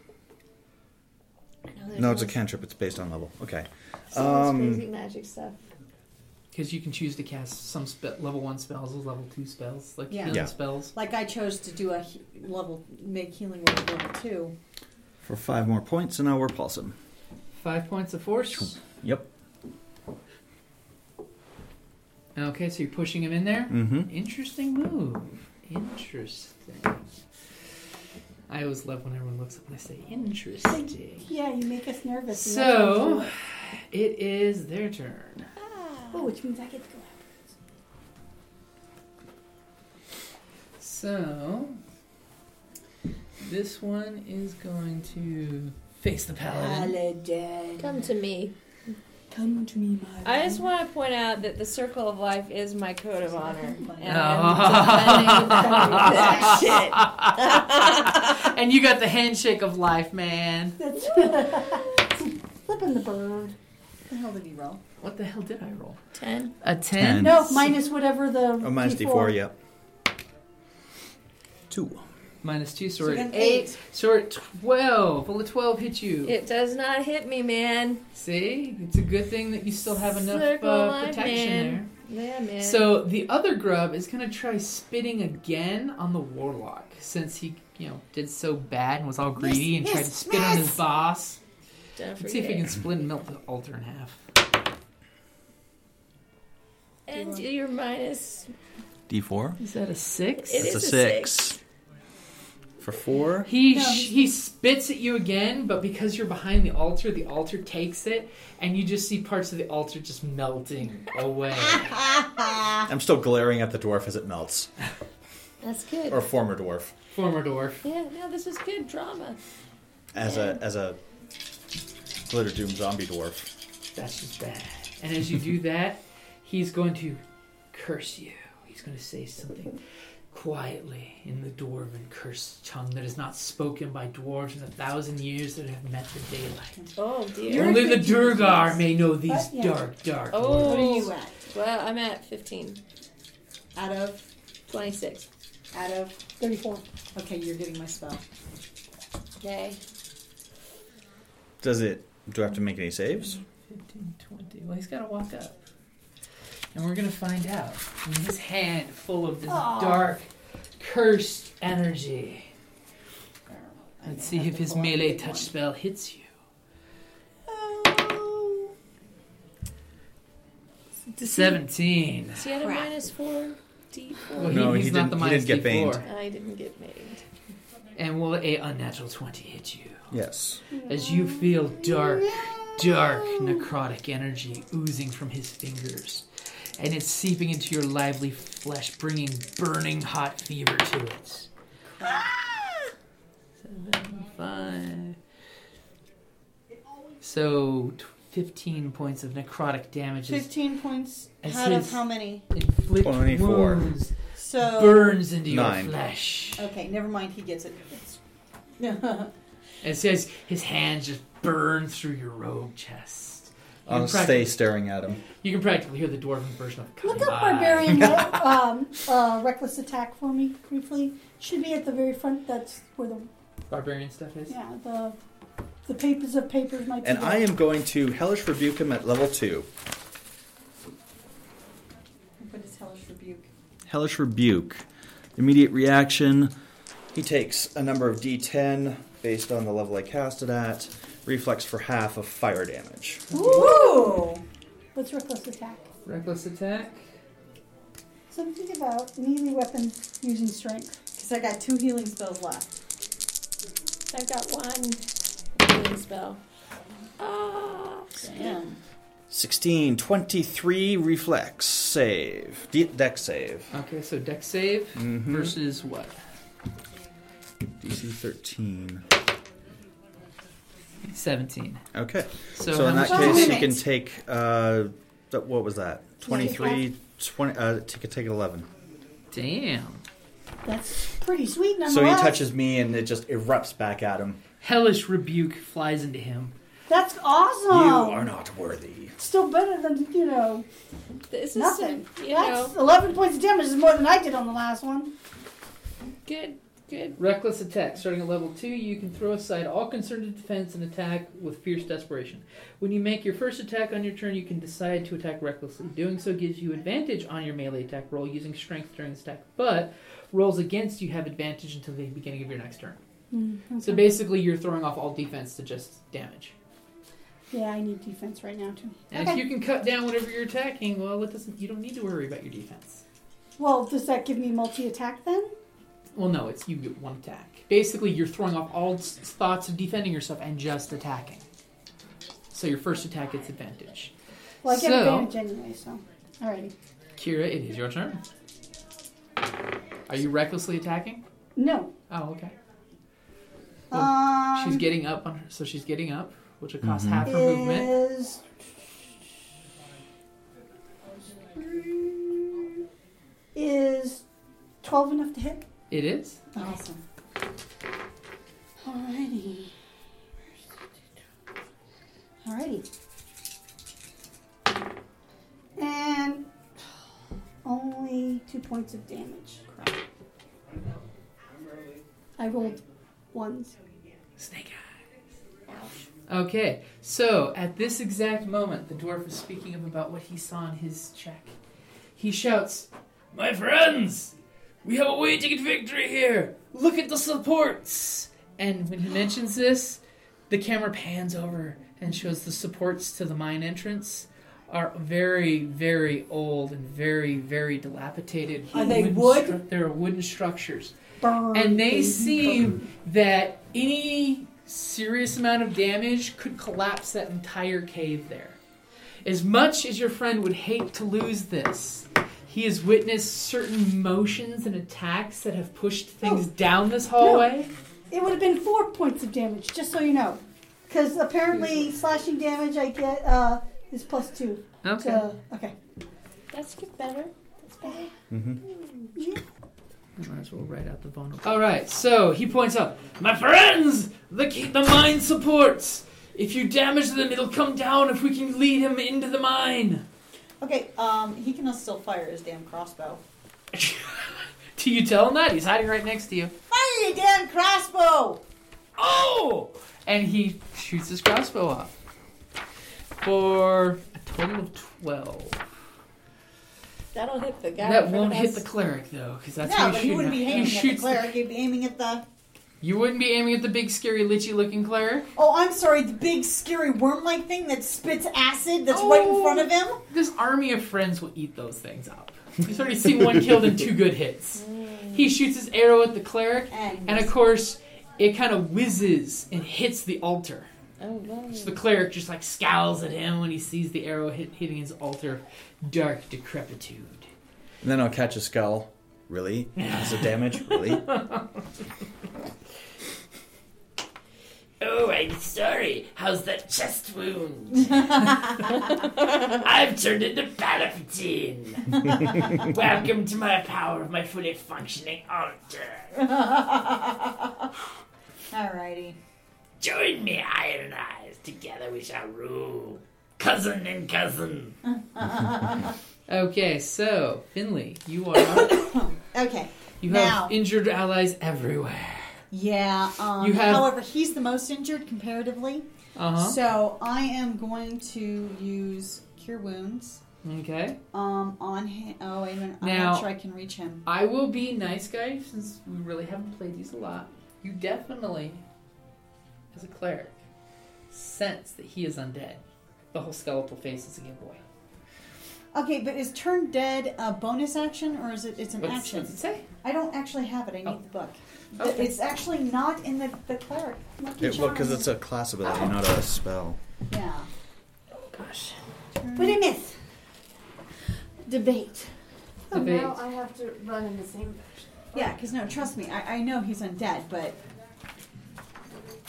No, it's Um, a cantrip. It's based on level. Okay. Some of this crazy magic stuff. Because you can choose to cast some spe- level one spells, level two spells, like Yeah. healing Yeah. spells. Like I chose to do a he- level, make healing word level two. For five more points, and now we're pulsing. Five points of force. Yep. Okay, so you're pushing him in there. Mm-hmm. Interesting move. Interesting. I always love when everyone looks up and I say, interesting. Yeah, you make us nervous. and that's what I'm So, doing. it is their turn. Oh, which means I get to go out. So, This one is going to face the paladin. Come to me. Come to me, my I just want to point out that the circle of life is my code of honor. And Oh. I'm defending that and you got the handshake of life, man. That's flipping the bird. What the hell did he roll? What the hell did I roll? shit. Ten. A ten. No, minus whatever the. Oh, minus D4, yep. Two. Minus two, so we're So at then eight. So we're at twelve. Will a twelve hit you? It does not hit me, man. See, it's a good thing that you still have enough Circle uh, life, protection man. Yeah, man. there. So the other grub is gonna try spitting again on the warlock since he, you know, did so bad and was all greedy and tried to spit on his boss. Don't Let's see if we forget. can split and melt the altar in half. And you're minus. D4? Is that a six? It is That's a a six. six. For four? He sh- he spits at you again, but because you're behind the altar, the altar takes it, and you just see parts of the altar just melting away. I'm still glaring at the dwarf as it melts. That's good. Or former dwarf. Former dwarf. Yeah, no, this is good drama. As a as a glitter doom zombie dwarf. That's just bad. And as you do that, he's going to curse you. He's going to say something quietly in the dwarven curse tongue that is not spoken by dwarves in a thousand years that have met the daylight. Oh dear. You're Only the good to do Durgar this. may know these But, yeah. dark, dark Oh. words. What are you at? Well, I'm at 15. Out of, 26. out of. 34. Okay, you're getting my spell. Yay. Does it do I have to make any saves? 15, 20. Well, he's got to walk up. And we're going to find out in his hand full of this dark, cursed energy. Let's see if his melee touch spell hits you. Seventeen. So you had a minus 4 D4. Well, No, he's he not the didn't- he minus didn't get D4. banged. I didn't get made. And will a unnatural twenty hit you? Yes. as you feel dark, dark necrotic energy oozing from his fingers. And it's seeping into your lively flesh, bringing burning hot fever to it. Seven, five. So, t- 15 points of necrotic damage is 15 points As out of his- how many? inflict 24. wounds, So. burns into Nine. your flesh. Okay, never mind. He gets it. It says his hands just burn through your robe chest. You I'll can stay practically- staring at him. You can practically hear the dwarven version of Look up "Come on." Barbarian um, uh, Reckless Attack for me briefly. Should be at the very front. That's where the Barbarian stuff is. yeah the the papers of papers might be. And there. I am going to hellish rebuke him at level two. What is hellish rebuke? Hellish Rebuke. Immediate reaction. He takes a number of d10 based on the level I cast it at. Reflex for half of fire damage. Ooh! What's Reckless Attack? Reckless attack. Something about melee weapon using strength. Because I got two healing spells left. I've got one healing spell. Ah, Damn. 16, 23, reflex, save. D- dex save. Okay, so deck save Mm-hmm. versus what? DC 13. 17. Okay. So, So, how in that Wait much a case, you minute. can take, uh, th- what was that? 23, 20, uh, take, take 11. Damn. That's pretty sweet. So he Nonetheless, touches me and it just erupts back at him. Hellish rebuke flies into him. That's You awesome. are not worthy. Still better than you know this is nothing. some, you That's know, eleven points of damage is more than I did on the last one. good, good. Reckless attack. Starting at level 2, you can throw aside all concerted defense and attack with fierce desperation. When you make your first attack on your turn, you can decide to attack recklessly. Doing so gives you advantage on your melee attack roll using strength during this attack, but rolls against you have advantage until the beginning of your next turn. So basically, you're throwing off all defense to just damage. Yeah, I need defense right now too. And Okay. if you can cut down whatever you're attacking, well, it doesn't. You don't need to worry about your defense. Well, does that give me multi attack then? Well, no, it's you get one attack. Basically, you're throwing off all s- thoughts of defending yourself and just attacking. So your first attack gets advantage. Well, I get So- advantage anyway. So, alrighty. Kira, it is your turn. Are you recklessly attacking? No, Oh, okay. Um, She's getting up on her, so she's getting up, which will cost Mhm. half her movement. is is twelve enough to hit? It is. Awesome. Alrighty. Alrighty. And only two points of damage. I rolled ones. Snake eye. Okay, so at this exact moment, the dwarf is speaking up about what he saw in his check. He shouts, My friends, we have a way to get victory here. Look at the supports. And when he mentions this, the camera pans over and shows the supports to the mine entrance are very, very old and very, very dilapidated. Are they Wooden wood? stru- they're wooden structures Burn. and they baby, burn. seem that any serious amount of damage could collapse that entire cave there. As much as your friend would hate to lose this, he has witnessed certain motions and attacks that have pushed things down this hallway. It would have been four points of damage, just so you know, because apparently slashing damage I get uh, is plus two. Okay. To, okay. That's get better. That's better. Might as well write out the vulnerable. All right, so he points out, my friends, the key, the mine supports. If you damage them, it'll come down. If we can lead him into the mine. Okay, um, he can still fire his damn crossbow. Do you tell him that? He's hiding right next to you. Fire your damn crossbow! Oh! And he shoots his crossbow off for a total of 12. That'll hit the guy. that in front won't of hit us. the cleric, though, because that's no, who but he's he wouldn't be aiming shooting at. at the shoots- cleric. He'd be aiming at the. You wouldn't be aiming at the big, scary, lichy looking cleric. Oh, I'm sorry, the big scary worm like thing that spits acid that's right in front of him? This army of friends will eat those things up. He's already seen one killed and two good hits. He shoots his arrow at the cleric, And, and of course, it kind of whizzes and hits the altar. Oh no. So the cleric just like scowls at him when he sees the arrow hit, hitting his altar. Dark decrepitude. And then I'll catch a skull. Really? Acid damage? Really? Oh, I'm sorry. How's that chest wound? I've turned into Palpatine. Welcome to my power of my fully functioning altar. Alrighty. Join me, Iron Eyes. Together we shall rule. Cousin and cousin. okay, so, Finley, you are. Okay. You Now. have injured allies everywhere. Yeah. Um, You have- However, he's the most injured comparatively. Uh huh. So I am going to use Cure Wounds Okay. um, on him. Oh, wait a minute. I'm Now- not sure I can reach him. I will be nice guy since we really haven't played these a lot. You definitely, as a cleric, sense that he is undead. The whole skeletal face is a giveaway. Okay, but is Turn Dead a bonus action or is it? It's an What's, action. what's it say? I don't actually have it. I need Oh. the book. Okay. Th- It's actually not in the, the cleric. Lucky it, well, because charm. it's a class ability, not a spell. yeah. What a myth. Oh, Debate. So Debate. now I have to run in the same direction. Yeah, because no, trust me, I, I know he's undead, but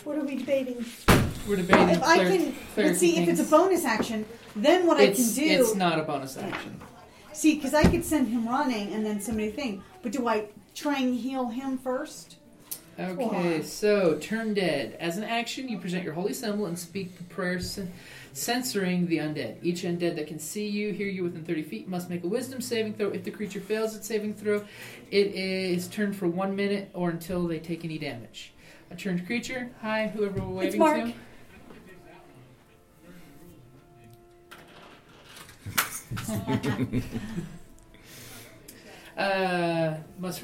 What are we debating? We're debating if I can, but see, if it's a bonus action, then what it's, I can do, it's not a bonus action. see, because I could send him running and then somebody thing, but do I try and heal him first? Okay, so turn dead. As an action, you present your holy symbol and speak the prayer cen- censoring the undead. Each undead that can see you, hear you within 30 feet must make a wisdom saving throw. If the creature fails its saving throw, it is turned for one minute or until they take any damage. A turned creature. Hi, whoever we're waving Mark. to. uh, must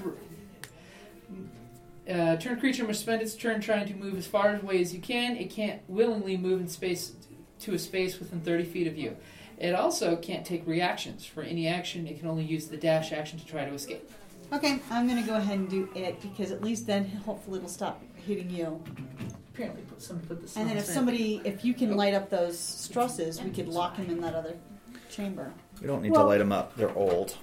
uh, turn creature must spend its turn trying to move as far away as you can. It can't willingly move in space to a space within 30 feet of you. It also can't take reactions. For any action, it can only use the dash action to try to escape. Okay, I'm gonna go ahead and do it because at least then hopefully it'll stop hitting you. Apparently, put somebody put this. And then if somebody, if you can light up those strusses, we could lock him in that other chamber. We don't need Well- to light them up. They're old.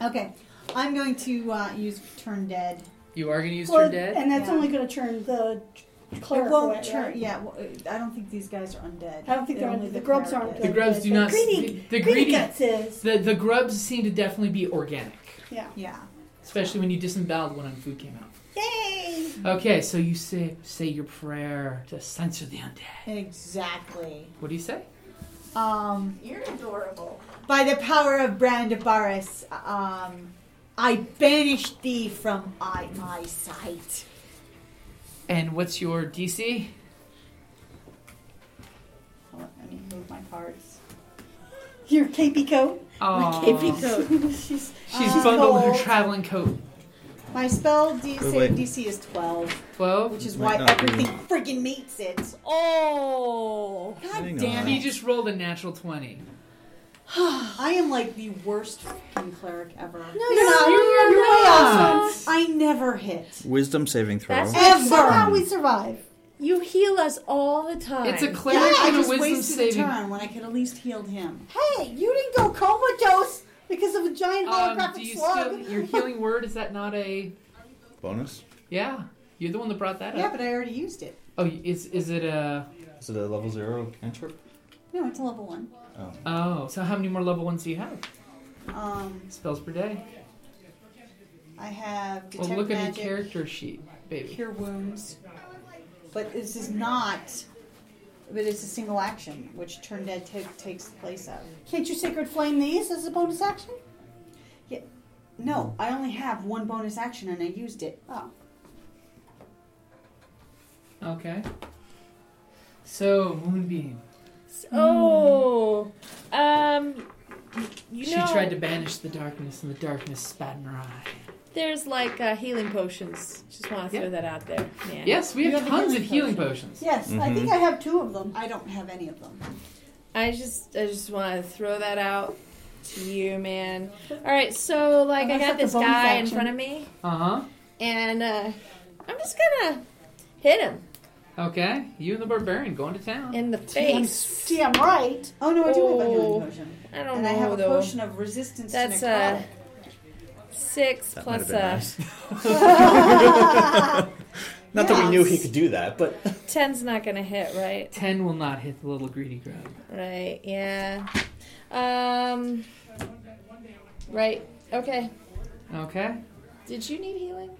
Okay, I'm going to uh, use turn dead. you are going to use Well, turn dead. And that's Yeah. only going to turn the It cleric won't way, turn. right? Yeah, well, uh, I don't think these guys are undead. I don't think they're only undead. The grubs cleric aren't is. The Yeah, grubs but do not. greedy- the Greedy greedy. guts is. The, the grubs seem to definitely be organic, Yeah. Yeah. especially when you disemboweled one and food came out. Yay! Okay, so you say say your prayer to censor the undead. Exactly. What do you say? Um, You're adorable. by the power of Brandabaris, um, I banish thee from I, my sight. And what's your DC? Hold on, Let me move my cards. Your KP coat. Aw. KP coat. She's She's She's bundled in her cold. traveling coat. My spell D- Wait, save wait. DC is 12, Twelve. which is why Might not be. everything freaking meets it. Oh! Hang God damn on. He it. just rolled a natural twenty. I am like the worst fucking cleric ever. No, No, are not. I never hit. Wisdom saving throw. That's- Ever. Somehow we survive. You heal us all the time. It's a Yeah, cleric I and a just wisdom wasted a saving. turn when I could at least healed him. Hey, you didn't go comatose because of a giant Um, holographic do you slug. still your healing word? Is that not a? Bonus? Yeah, you're the one that brought that Yeah, up. but I already used it. Oh, is is it a? Is it a level zero cantrip? No, it's a level one. Oh, so how many more level ones do you have? Um, Spells per day. I have detect Well, look at magic, your character sheet, baby. cure wounds, but this is not. But it's a single action, which turn dead ta- takes the place of. Can't you sacred flame these as a bonus action? No, I only have one bonus action, and I used it. Oh, Okay. So moonbeam. Oh, um, you she know, tried to banish the darkness, and the darkness spat in her eye. there's like uh, healing potions. Just want to throw Yeah. that out there. Man. Yes, we You have, have a tons healing of healing potions. yes. I think I have two of them. I don't have any of them. I just, I just want to throw that out to you, man. All right, so like Unless I got that's a this bonus guy in action. front of me, Uh and uh, I'm just gonna hit him huh. Okay, you and the barbarian going to town. in the face. Damn right. Oh no, I do have a Oh, healing potion, I don't and know I have a though. potion of resistance That's uh, to a necrotic. six That might plus uh, have a been nice. Not that we knew he could do that, but ten's not gonna hit, right? Ten will not hit the little greedy grub. Right. Yeah. Um. Right. Okay. Okay. Did you need healing?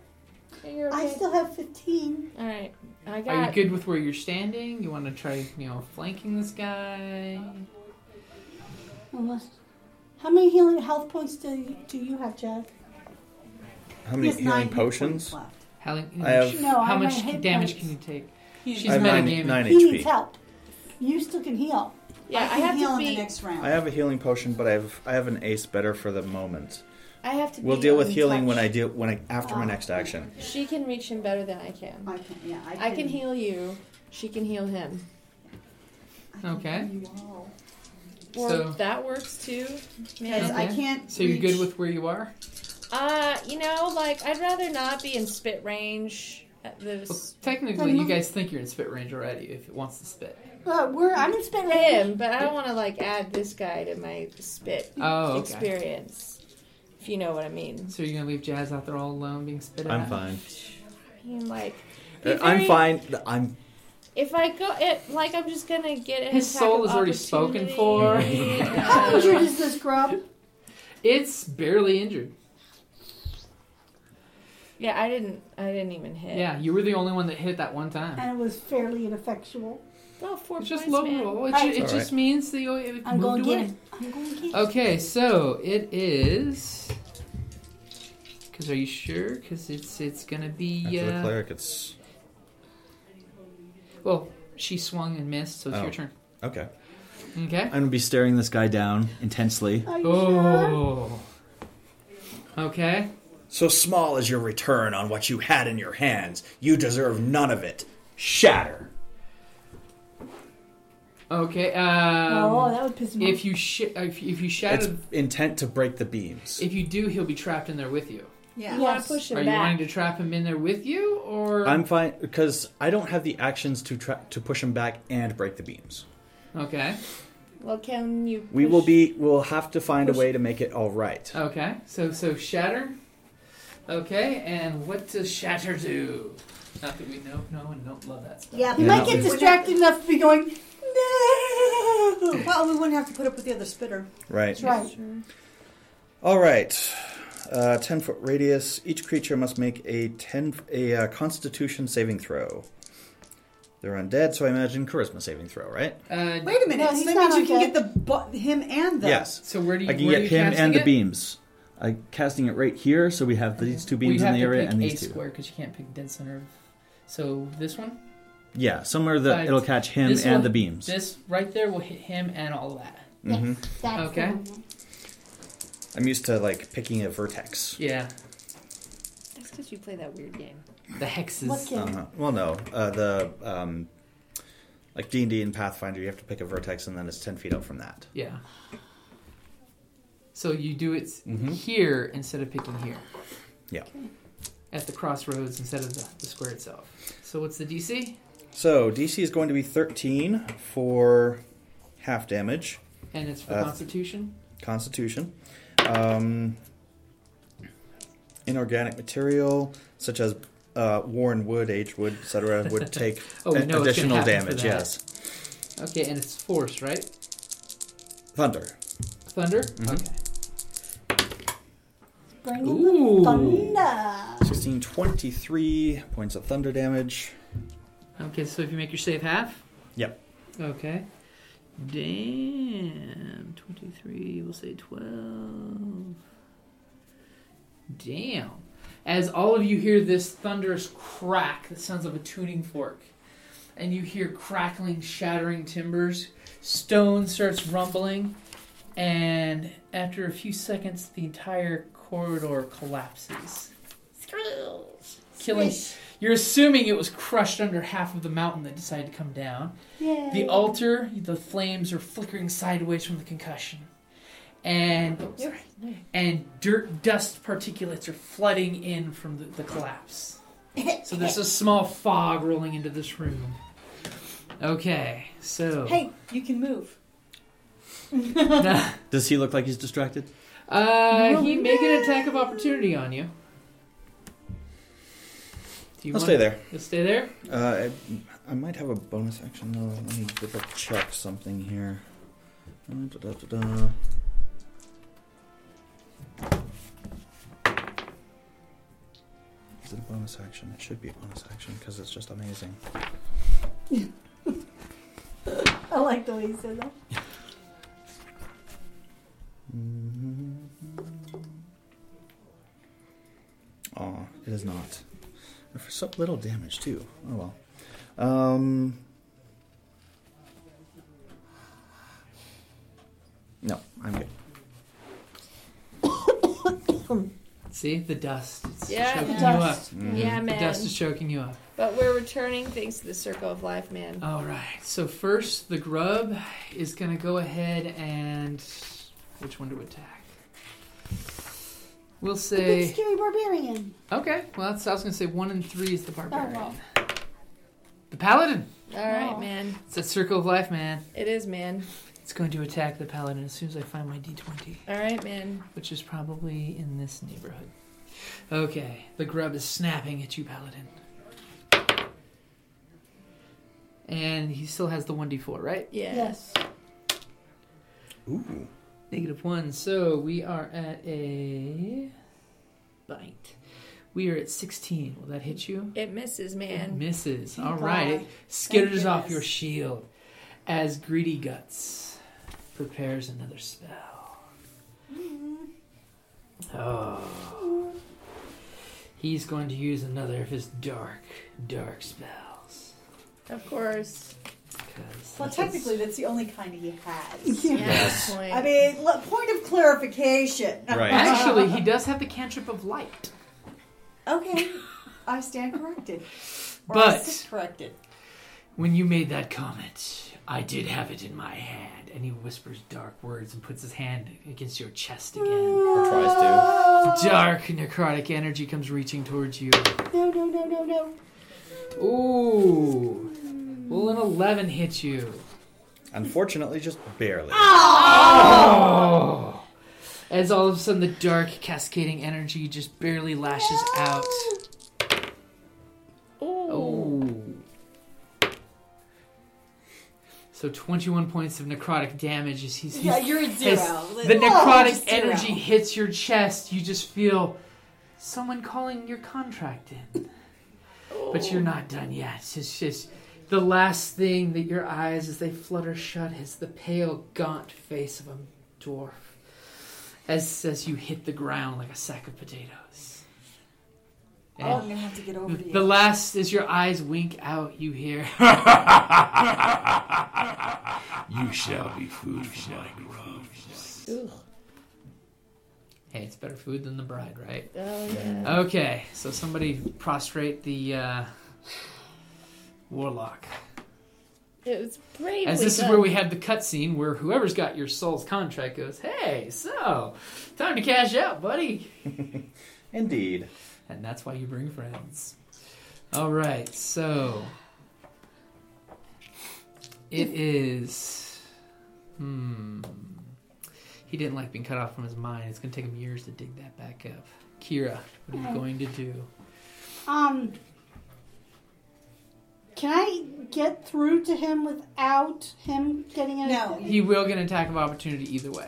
You're I okay? still have 15. All right. I Are you got. good with where you're standing? You want to try, you know, flanking this guy? Unless. How many healing health points do you, do you have, Jeff? how He many has nine healing hit points potions? left. How, I have- No, how I'm much at hit damage points. can you take? He's She's I have metagaming. nine, nine He needs HP. help. You still can heal. Yeah. I, I, have heal to in the be. next round. I have a healing potion, but I have I have an ace better for the moment. I have to. We'll be deal with on healing when touch. I deal when I after my next action. She can reach him better than I can. I can, yeah, I can, I can heal you. She can heal him. Okay. You all. Or So- that works too. Because Man. I Okay. can't. So you're good reach- with where you are? Uh, you know, like I'd rather not be in spit range. At Well, this technically, you guys think you're in spit range already if it wants to spit. Uh, we're, I'm in spit him, but I don't want to like add this guy to my spit Oh, okay. experience. If you know what I mean. So you're going to leave Jazz out there all alone being spit at? I'm fine. I mean, like. be Uh, I'm very- fine. I'm If I go, it like I'm just gonna get an His attack soul of is already spoken opportunity, for. How injured uh, is this grub? It's barely injured. yeah, I didn't. I didn't even hit. Yeah, you were the only one that hit that one time. And it was fairly ineffectual. Well, Oh, four It's just points, low man. roll. It, All ju- right. it just Alright. means that you it I'm going moved to away. get him. I'm going to get him. Okay, so it is. Cause are you sure? Cause it's it's gonna be. after the Uh, cleric. It's well, she swung and missed, so it's your Oh. turn. okay. Okay. I'm gonna be staring this guy down intensely. Are you sure? Oh. Okay. So small is your return on what you had in your hands. You deserve none of it. Shatter. Okay. Um, oh, that would piss me off. if you sh- if, if you It's shadow, intent to break the beams. if you do, he'll be trapped in there with you. You Yeah. want Yes. to push him Are you back? wanting to trap him in there with you, or I'm fine because I don't have the actions to tra- to push him back and break the beams. okay? Well, can you? We push- will be. We'll have to find a way to make it all right. Uh, Okay. So so shatter. Okay, and what does shatter do? Not that we know, no, and don't love that stuff. Yeah, You Yeah, might no, get we- distracted enough to be going, no. Well, we wouldn't have to put up with the other spitter. Right. That's right. All right. Uh, ten foot radius. Each creature must make a ten a uh, Constitution saving throw. They're undead, so I imagine charisma saving throw, right? Uh, Wait a minute. No, so he's that means not you can on get the bu- him and the. Yes. so where do you? I can where get are you him casting and the it? beams. I'm casting it right here, so we have these two Well, you beams in have the to area pick and a these two. square because you can't pick dead center. Of, so this one, Yeah, somewhere that Right. it'll catch him This and one- the beams. this right there will hit him and all that. Mhm. Yes, that's Mm-hmm. Okay. the one. I'm used to like picking a vertex. Yeah, That's because you play that weird game. the hexes. What game? Uh-huh. Well, no, uh, the um, like D and D and Pathfinder, you have to pick a vertex, and then it's ten feet up from that. Yeah. So you do it s Mm-hmm. here instead of picking here. Yeah. At the crossroads instead of the, the square itself. So what's the DC? So DC is going to be 13 for half damage, And it's for Uh, Constitution. Constitution. Um, inorganic material such as uh, worn wood, aged wood, etc., would take Oh, we a- know it's gonna additional happen for damage. that. Yes, Okay, and it's force, right? thunder. Thunder. Bring Okay. in Ooh. thunder. 16, 23 points of thunder damage. Okay, so if you make your save half. Yep. Okay. Damn. 23, we'll say 12. Damn. As all of you hear this thunderous crack that sounds of a tuning fork, and you hear crackling, shattering timbers, stone starts rumbling, and after a few seconds, the entire corridor collapses. Killing. You're assuming it was crushed under half of the mountain that decided to come down. Yay. The altar, the flames are flickering sideways from the concussion. And oh, sorry. and dirt dust particulates are flooding in from the, the collapse. So there's a small fog rolling into this room. Okay, so Hey, you can move. Does he look like he's distracted? uh, he make an attack of opportunity on you. Do you I'll wanna- stay there. You'll stay there. Uh, I, I might have a bonus action though. Let me double check something here. Uh, da, da, da, da. Is it a bonus action? It should be a bonus action because it's just amazing. I like the way you said that. Oh, it is not. And for so little damage too. Oh well. Um. No, I'm good. See the dust. It's Yeah, choking the dust. Mm-hmm. you up. Yeah, The man. dust is choking you up. But we're returning thanks to the circle of life, man. All right. So first, the grub is going to go ahead and which one to attack? We'll Big say scary barbarian. okay. Well, that's, I was going to say one and three is the barbarian. Oh, well. The paladin. All right, Oh. man. It's that circle of life, man. It is, man. It's going to attack the paladin as soon as I find my d20, All right, man. which is probably in this neighborhood. Okay. The grub is snapping at you, paladin. And he still has the 1d4, right? Yeah. Yes. Ooh. Negative one. So we are at a bite. We are at sixteen. Will that hit you? It misses, It man. misses. All right. It skitters off your shield as greedy guts prepares another spell. Oh. He's going to use another of his dark, dark spells. Of course. 'cause Well, that's- technically, that's the only kind he has. Yeah. Yes. Point. I mean, look, point of clarification. Right. actually, he does have the cantrip of light. Okay, I stand corrected. Or I But- sit corrected. When you made that comment, I did have it in my hand. And he whispers dark words and puts his hand against your chest again. Or tries to. Dark necrotic energy comes reaching towards you. No, no, no, no, no. Ooh. Well, an 11 hits you. Unfortunately, just barely. Oh. As all of a sudden the dark cascading energy just barely lashes out. Ooh. So 21 points of necrotic damage as he's. Yeah, he's- you're at zero. as Like, the no, necrotic just zero. energy hits your chest. You just feel someone calling your contract in. But you're not done yet. It's just the last thing that your eyes, as they flutter shut, is the pale, gaunt face of a dwarf. As, as you hit the ground like a sack of potatoes. Oh, I'm gonna have to get over to you. The last, as your eyes wink out, you hear. You shall be food for my grubs. Hey, it's better food than the bride, right? Oh, yeah. Okay, so somebody prostrate the uh, warlock. It was bravely As this is done. where we have the cutscene where whoever's got your soul's contract goes, hey, so, time to cash out, buddy. Indeed. And that's why you bring friends. All right, so. It is. Hmm. He didn't like being cut off from his mind. It's going to take him years to dig that back up. Kira, what are you going to do? Um, can I get through to him without him getting any? No. He will get an attack of opportunity either way.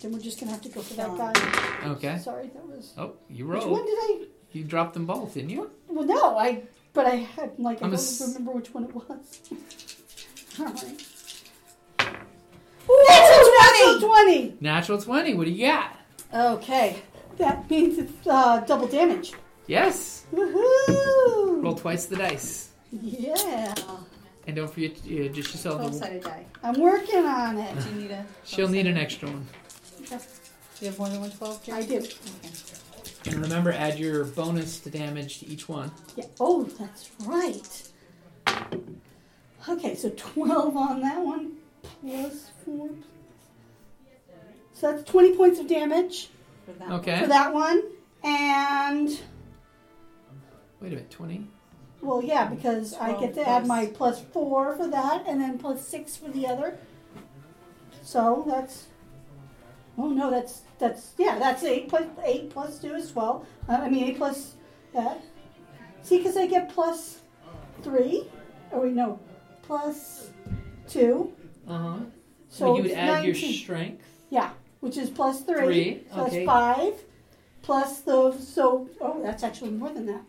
Then we're just gonna have to go for Um, that guy. Okay. Sorry, that was. Oh, you Which one rolled. did I? You dropped them both, didn't you? Well, no, I. But I had like I I'm a don't s- remember which one it was. All right. Ooh, natural twenty. Natural 20. What do you got? Okay. That means it's uh, double damage. Yes. Woohoo! Roll twice the dice. Yeah, And don't forget to uh, just yourself. Twelve The, sided die. I'm working on it. Do you need a? she'll need an extra one. Do you have more than one twelve? I do. And remember, add your bonus to damage to each one. Yeah. Oh, that's right. Okay, so 12 on that one, plus 4. So that's 20 points of damage For that. for Okay. that one. And, Wait a minute. 20? well, yeah, because I get to add my plus 4 for that, and then plus 6 for the other. So that's. Oh no, that's that's yeah, that's eight plus eight plus two is twelve. Uh, I mean eight plus that. See, because I get plus three. Oh wait, no, plus two. Uh huh. So So you would it's add your 19. strength. yeah, which is plus three, Three, plus okay. five, plus those. So oh, that's actually more than that.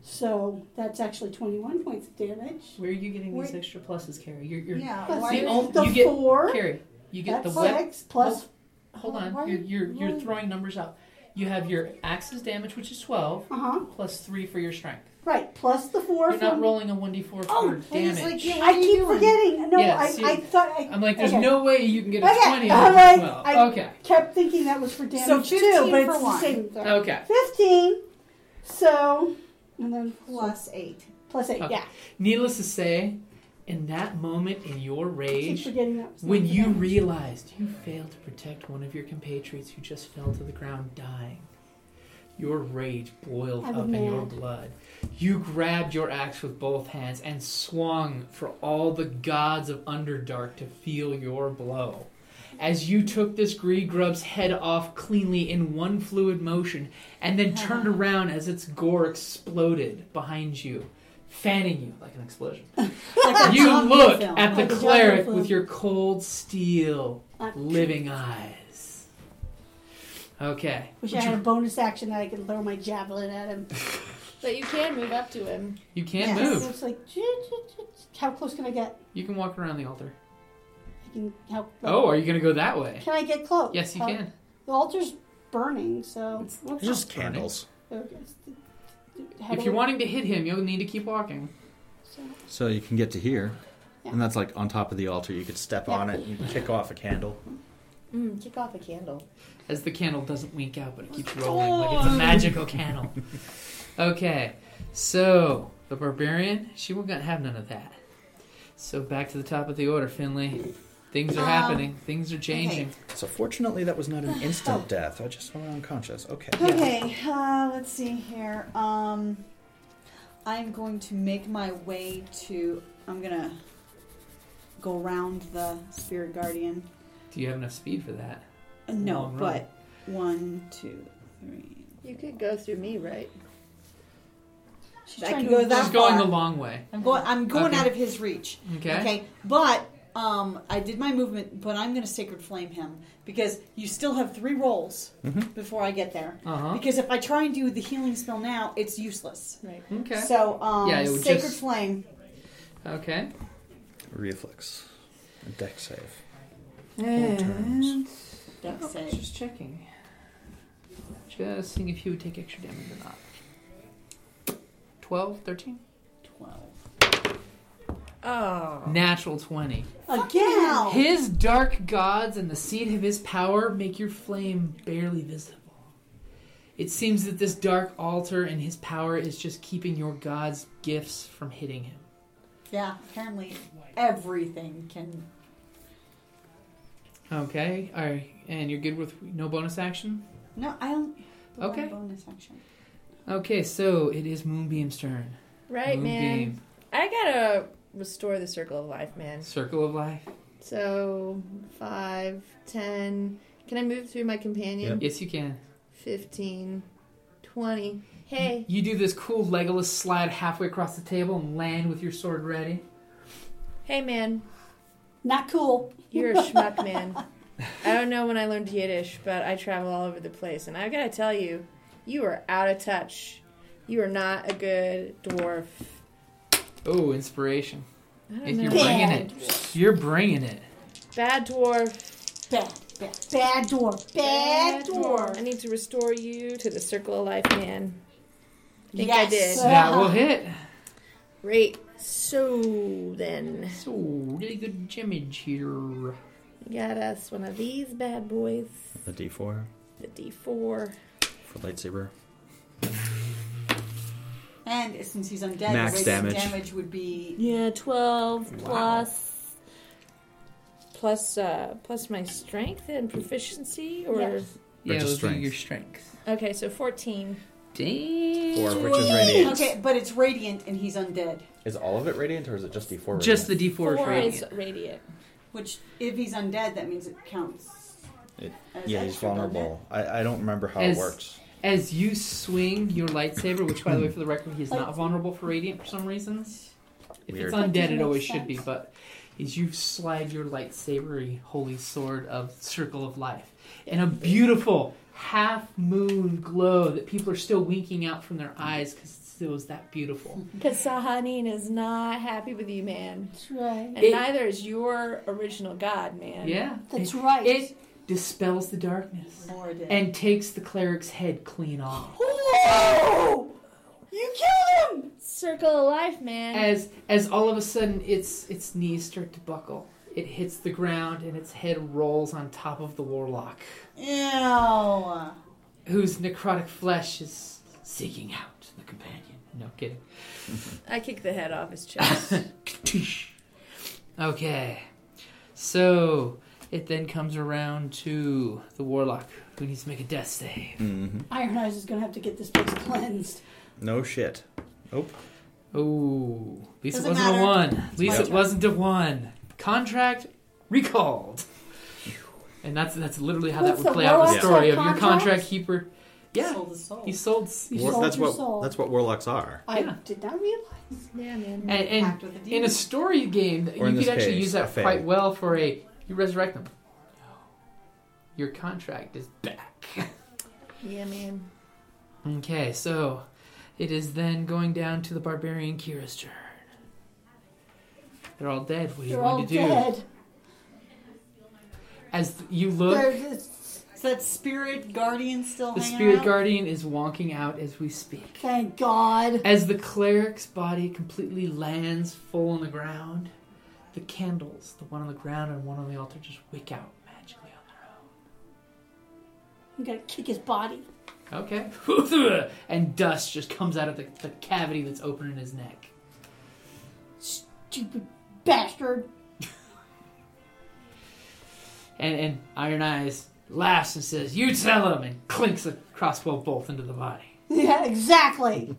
So that's actually twenty-one points of damage. Where are you getting these Wait. extra pluses, Carrie? You're, you're, Yeah. Plus why the did- only- the oh, you get- four. Carrie, you get that's the web. six plus. Hold Why are on. You're, you're, you're rolling? throwing numbers out. You have your axe's damage, which is 12, Uh huh. plus 3 for your strength. Right, plus the 4 Oh. You're not from- rolling a 1d4 Oh, for it's damage. I keep forgetting. No, Yeah, I, see- I thought I I'm like, there's Okay. no way you can get a Okay, 20 all out right, of 12. I- okay. kept thinking that was for damage So 15 too, but for it's the one. same thing. Okay. Fifteen. So and then Plus eight. plus eight. Okay. Yeah, Needless to say, in that moment in your I keep rage, forgetting that. was when not for you damage. realized you failed to protect one of your compatriots who just fell to the ground dying, your rage boiled I was up in your mad. blood. You grabbed your axe with both hands and swung for all the gods of Underdark to feel your blow. As you took this Gree Grub's head off cleanly in one fluid motion and then turned Uh-huh. around as its gore exploded behind you, fanning you like an explosion Like a you zombie look film. at Like the a cleric zombie with film. your cold steel I living eyes. Okay. wish I had a bonus action that I could throw my javelin at him. But you can move up to him. You can't Yes. move. It's like, "Choo, choo, choo, choo." how close can I get? You can walk around the altar. I can how? Oh, are you going to go that way? Can I get close? Yes, you Uh, can. The altar's burning, so Oh, It's- well, it's Just not burning. candles. okay. How If do you're I- wanting to hit him, you'll need to keep walking. so- So you can get to here. Yeah. And that's like on top of the altar. You could step Yeah. on it and kick off a candle. Mm, kick off a candle. As the candle doesn't wink out, but it keeps rolling like it's a magical candle. Okay, so the barbarian, she will not have none of that. So back to the top of the order, Finley. Things are happening. Things are changing. So fortunately, that was not an instant death. I just went unconscious. Okay. Okay, uh, let's see here. Um, I'm going to make my way to. I'm gonna go around the spirit guardian. Do you have enough speed for that? Uh, No, Long run. but one, two, three. You could go through me, right? I trying can to go that She's going far. the long way. I'm going. I'm going Okay. out of his reach. Okay. Okay, but Um, I did my movement, but I'm going to sacred flame him because you still have three rolls Mm-hmm. before I get there. Uh-huh. Because if I try and do the healing spell now, it's useless. Right. Okay. So, um, Yeah, it would sacred just- flame. okay. Reflex. A deck save. And Deck Oh, save. Just checking. Just seeing if you would take extra damage or not. 12, 13? Twelve. oh, Natural 20. Again. Ow. His dark gods and the seed of his power make your flame barely visible. It seems that this dark altar and his power is just keeping your god's gifts from hitting him. Yeah, apparently everything can. Okay, alright. And you're good with no bonus action? No, I don't. the one Okay. Bonus action. Okay, so it is Moonbeam's turn. right, man. Moonbeam. I gotta restore the circle of life, man. Circle of Life. So five, ten. Can I move through my companion? Yes, you can. Fifteen, twenty. Hey, You do this cool Legolas slide halfway across the table and land with your sword ready. hey, man. Not cool. You're a schmuck, man. I don't know when I learned Yiddish, but I travel all over the place, and I gotta tell you, you are out of touch. You are not a good dwarf. Oh, inspiration. I don't If know. you're bringing bad. it, you're bringing it. dwarf. Bad, bad, bad door. Bad door. I need to restore you to the circle of life, man. I think I Yes. did. That will hit. Great. So then, So, really good damage here. you got us one of these bad boys, The D4 the D4. for lightsaber. And since he's undead, Max the damage. damage. damage would be Yeah, 12 plus. Plus, uh, plus my strength and proficiency, or Yes. Or Yeah, just those are strength. your strengths. okay, so fourteen. Damn. Four, which is radiant. okay, but it's radiant and he's undead. Is all of it radiant, or is it just D4? Radiant? Just the D4 Four is is radiant. radiant. Which, if he's undead, that means it counts. It- as Yeah, he's extra, doesn't it? vulnerable. I, I don't remember how As- it works. As you swing your lightsaber, which by the way, Hmm. for the record, he's not vulnerable for radiant for some reasons. If Weird. it's undead, it always should be. But as you slide your lightsabery holy sword of circle of life, and a beautiful half moon glow that people are still winking out from their eyes because it was that beautiful. Hmm. Because Sahanin is not happy with you, man. That's right. And It- neither is your original god, man. Yeah, That's it, right. It dispels the darkness Lord, it- and takes the cleric's head clean off. Whoa! You killed him! Circle of life, man. as as all of a sudden its its knees start to buckle it hits the ground and its head rolls on top of the warlock Ew. whose necrotic flesh is seeking out the companion no kidding I kicked the head off his chest. okay so it then comes around to the warlock who needs to make a death save Iron Eyes is gonna have to get this place cleansed. No shit. Nope. oh at least it Doesn't wasn't a matter. one at least my it turn. wasn't a one contract recalled and that's that's literally how What's that would the play out in warlock the story of sell your contract contracts? keeper yeah Sold his soul. He sold. He War- sold that's your what soul. that's what warlocks are. I Yeah. did not realize. yeah, man. and, and Act with the in a demon. story game, Or in you this could actually case, use a that fae. quite well for a. You resurrect them. Your contract is back. Yeah, man. okay, so it is then going down to the barbarian Kira's turn. They're all dead. What are you They're all going to do? dead. As you look, They're just, Is that spirit guardian still the hanging spirit out? guardian is wonking out as we speak. thank God. As the cleric's body completely lands full on the ground, the candles, the one on the ground and one on the altar, just wick out magically on I'm gonna kick his body. their own. Okay. and dust just comes out of the, the cavity that's open in his neck. Stupid bastard. And, and Iron Eyes laughs and says, You tell him! and clinks a crossbow bolt into the body. Yeah, exactly.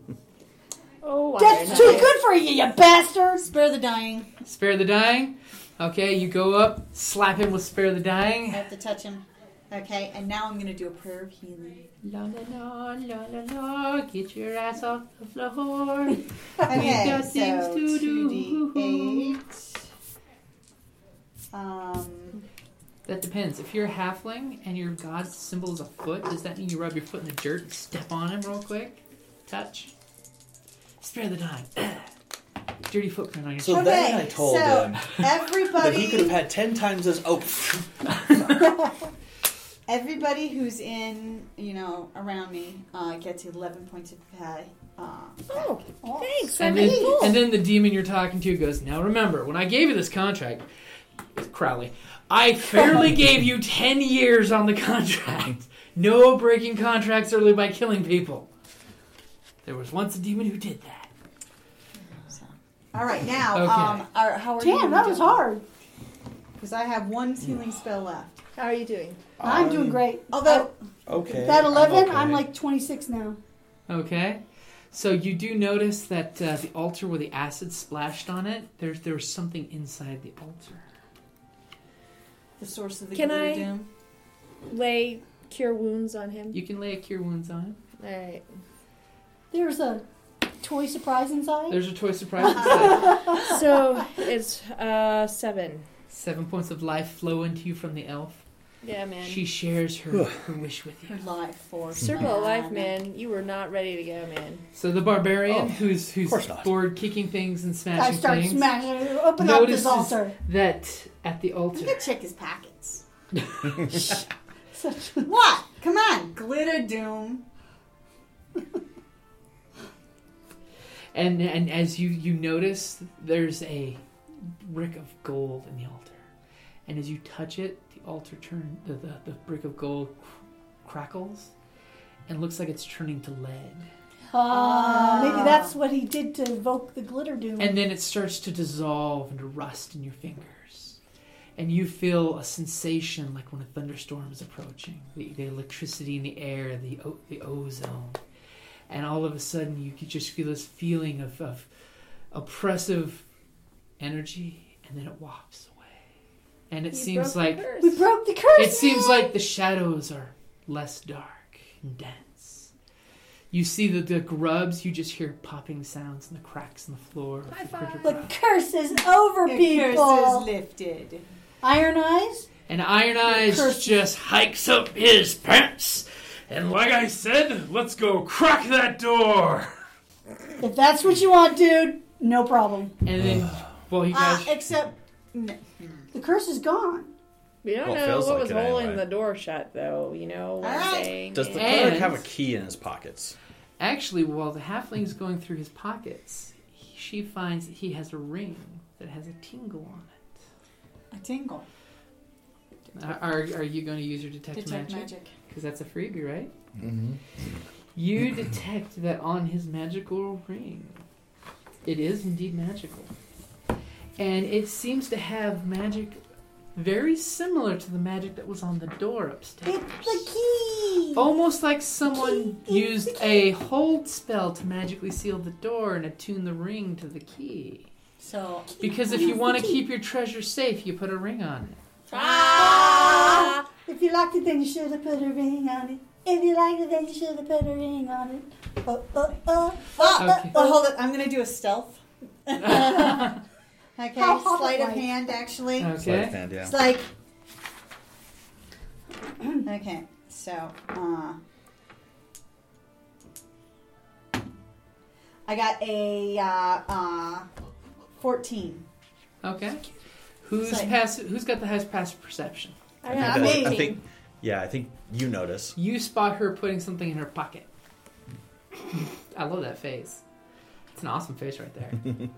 Oh, That's too good for you, you bastard. Spare the dying. Spare the dying. Okay, you go up, slap him with Spare the I Dying. have to touch him. Okay, and now I'm gonna do a prayer of healing. La la la, la la la, get your ass off the floor. Okay, got so things to do. 2d8. Um, That depends. If you're a halfling and your god's symbol is a foot, does that mean you rub your foot in the dirt and step on him real quick? Touch. Spare the dime. Dirty footprint on your So foot. then I told so him that he could have everybody, had ten times as. Oh, everybody who's in, you know, around me uh, gets 11 points of uh, uh, Oh, thanks. And I'm then, cool. and then the demon you're talking to goes, Now remember, when I gave you this contract, it's Crowley, I fairly gave you 10 years on the contract. No breaking contracts early by killing people. There was once a demon who did that. All right, now, Okay. um, are, how are you? Damn, that was hard. Because I have one healing spell left. How are you doing? I'm doing great. Although, Oh, okay. that 11, I'm, okay. like 26 now. Okay? So you do notice that uh, the altar where the acid splashed on it, there's, there was something inside the altar. the source of the Can gloom I- and doom. Lay cure wounds on him. You can lay a cure wounds on him. All right. There's a toy surprise inside. There's a toy surprise inside. So it's uh seven. Seven points of life flow into you from the elf. Yeah, man. She shares her, her wish with you. Her life force. Uh, Circle of life, man. You were not ready to go, man. So the barbarian, Oh, who's who's course not. bored kicking things and I smashing start things, smashing. Open up this Notices- altar. that at the You altar, could check his packets. what? Come on, glitter doom. and and as you you notice, there's a brick of gold in the altar, and as you touch it, the altar turn the the, the brick of gold cr- crackles, and looks like it's turning to lead, Uh, maybe that's what he did to evoke the glitter doom. and then it starts to dissolve and to rust in your fingers, and you feel a sensation like when a thunderstorm is approaching, the, the electricity in the air, the o- the ozone. and all of a sudden you could just feel this feeling of, of oppressive energy and then it wafts away and it You seems broke like the curse. we broke the curse. it seems like the shadows are less dark and dense you see the, the grubs you just hear popping sounds and the cracks in the floor High five. The curse is over, Your curse is people. lifted. Iron Eyes. and iron eyes Curse. just hikes up his pants and like i said let's go crack that door If that's what you want, dude, no problem. and then well you Uh, guys except, no. The curse is gone. We don't Well, it know feels what like was it holding anyway. the door shut, though. You know what All I'm right. saying? Does the And- cleric And- have a key in his pockets? Actually, while the halfling's going through his pockets, he- she finds that he has a ring that has a tingle on a tingle. it. Are, are, are you going to use your detect, Detect magic? magic. Because that's a freebie, right? Mm-hmm. You detect that on his magical ring, it is indeed magical. And it seems to have magic very similar to the magic that was on the door upstairs. It's the key. Almost like someone used a hold spell to magically seal the door and attune the ring to the key. So, Because if you want to keep your treasure safe, you put a ring on it. Ah! ah! If you liked it, then you should have put a ring on it. If you liked it, then you should have put a ring on it. Oh, oh, oh. oh, Okay. oh, hold it. I'm going to do a stealth. Okay, How hot sleight it of like. hand, Uh. actually. Sleight of Okay. hand, yeah. It's like. okay, so. Uh, I got a uh, uh, 14. Okay. Who's Sorry. pass? Who's got the highest passive perception? I I got think that's- I amazing. think, yeah, I think you notice. You spot her putting something in her pocket. I love that face. It's an awesome face right there.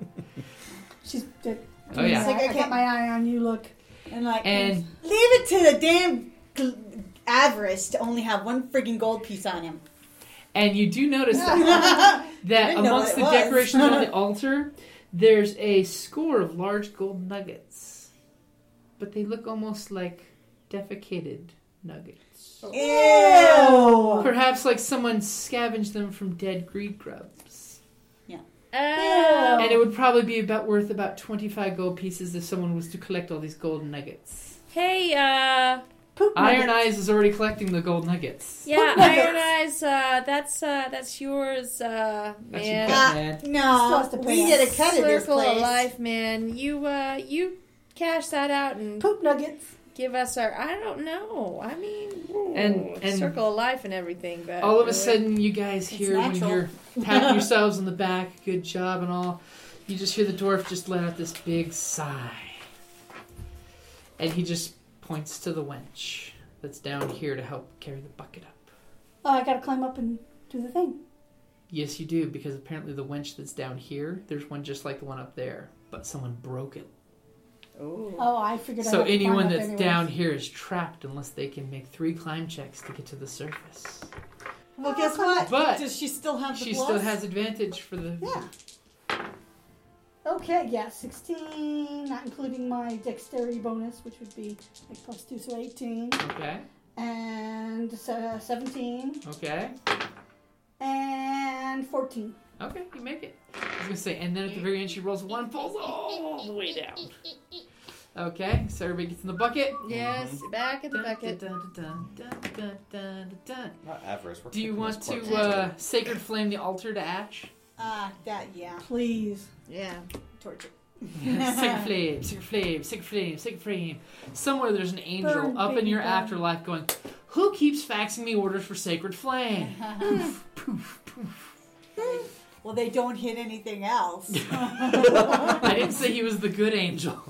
She's dead. Oh yeah. Like, I, I okay. got my eye on you. Look. And like. And leave it to the damn gl- avarice to only have one friggin' gold piece on him. and you do notice that, that didn't know what amongst the it was. decorations on the altar, there's a score of large gold nuggets, but they look almost like defecated nuggets. Ew! Perhaps like someone scavenged them from dead greed grubs. Oh. And it would probably be about worth about 25 gold pieces if someone was to collect all these gold nuggets. Hey, uh, Poop. Iron nugget. Eyes is already collecting the gold nuggets. yeah, Iron Eyes. Uh, that's uh, that's yours, uh, That's man. your man. Still No, has to pay we us. did a cut of this Circle of place. life, man. You uh, you cash that out and Poop nuggets. give us our. I don't know. I mean, ooh, And- and- circle of life and everything, but All of really- a sudden, you guys hear when natural. you're patting yourselves on the back, good job and all. You just hear the dwarf just let out this big sigh, and he just points to the wench that's down here to help carry the bucket up. Oh, I gotta climb up and do the thing. Yes, you do, because apparently the wench that's down here, there's one just like the one up there, but someone broke it. Oh, I figured. So I had to climb anyone up that's anyways. down here is trapped unless they can make three climb checks to get to the surface. Well, guess what? But- does she still have the She plus? still has advantage for the. Yeah. Okay, yeah, sixteen, not including my dexterity bonus, which would be like plus two, so eighteen, Okay. and uh, seventeen, Okay. and fourteen. Okay, you make it. I was gonna say, and then at the very end she rolls one, falls all the way down. Okay, so everybody gets in the bucket. Yes, back at the Dun, bucket. dun, dun, dun, dun, dun, dun, dun. Not avarice. We're Do you kicking want this to corpse. uh, sacred flame the altar to ash? Ah, that yeah, Please. Yeah. torture. Sacred flame, sacred flame, sacred flame, sacred flame. Somewhere there's an angel Burn, up in baby, your burn. afterlife going, "Who keeps faxing me orders for sacred flame?" Well, they don't hit anything else. I didn't say he was the good angel.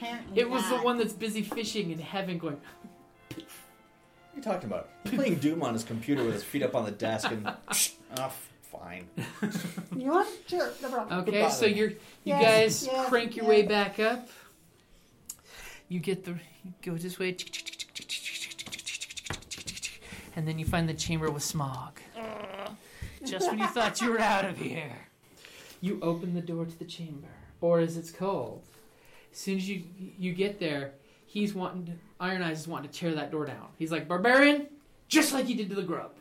Apparently, It was the not. one that's busy fishing in heaven, going, What are you talking about? He's playing Doom on his computer with his feet up on the desk and. Ah, fine. You know what? Sure, no problem. Okay, so Goodbye. you're you Yes, guys yes, crank your yes. way back up. You get the you go this way, and then you find the chamber with smog. Just when you thought you were out of here, you open the door to the chamber, or as it's called. As soon as you you get there, he's wanting to, Iron Eyes is wanting to tear that door down. He's like barbarian, just like he did to the grub.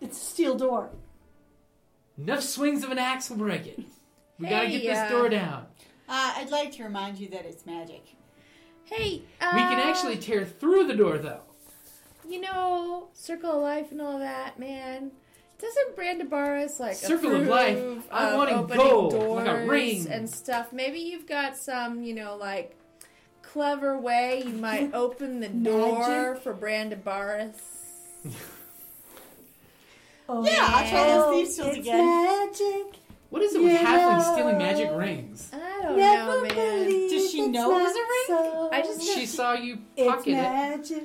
It's a steel door. Enough swings of an axe will break it. We gotta Hey, get this uh, door down. Uh, I'd like to remind you that it's magic. Hey, uh, We can actually tear through the door, though. you know, circle of life and all that, man. Doesn't Brandabaris like Circle of approve life? I'm of wanting opening gold, doors like a ring. and stuff? Maybe you've got some, you know, like clever way you might open the door for Brandabaris. Oh, Yeah, I'll try those thieves' tools it's again. magic. What is it with Yeah. halflings stealing magic rings? I don't Never know, man. believe Does she it's know it was not a ring? so. I just- She saw you it's pocket it. magic.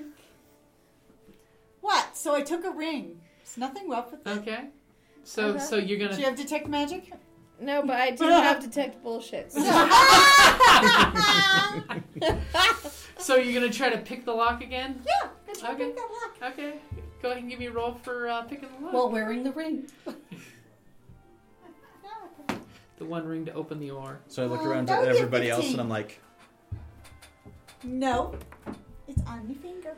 What? So I took a ring. There's nothing rough with that. Okay. So Uh-huh. so you're Do gonna you have detect magic? No, but I do have detect bullshit. So so you're gonna try to pick the lock again? Yeah. That's Okay. okay. That lock. Okay. Go ahead and give me a roll for uh, picking the lock. While wearing the ring. the one ring to open the oar. So I look Um, around at that would be a everybody else 15. and I'm like, No. It's on my finger.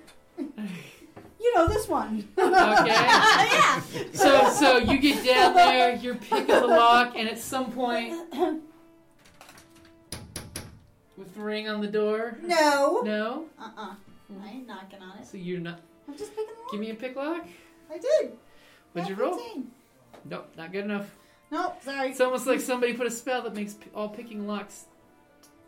You know this one. Okay. Ah, yeah. so so you get down there, you're picking the lock, and at some point, with the ring on the door, No. no. Uh-uh. I ain't knocking on it. So you're not. I'm just picking the Give me a pick lock. lock. I did. What'd you Not roll? 15. Nope, not good enough. Nope, sorry. It's almost like somebody put a spell that makes p- all picking locks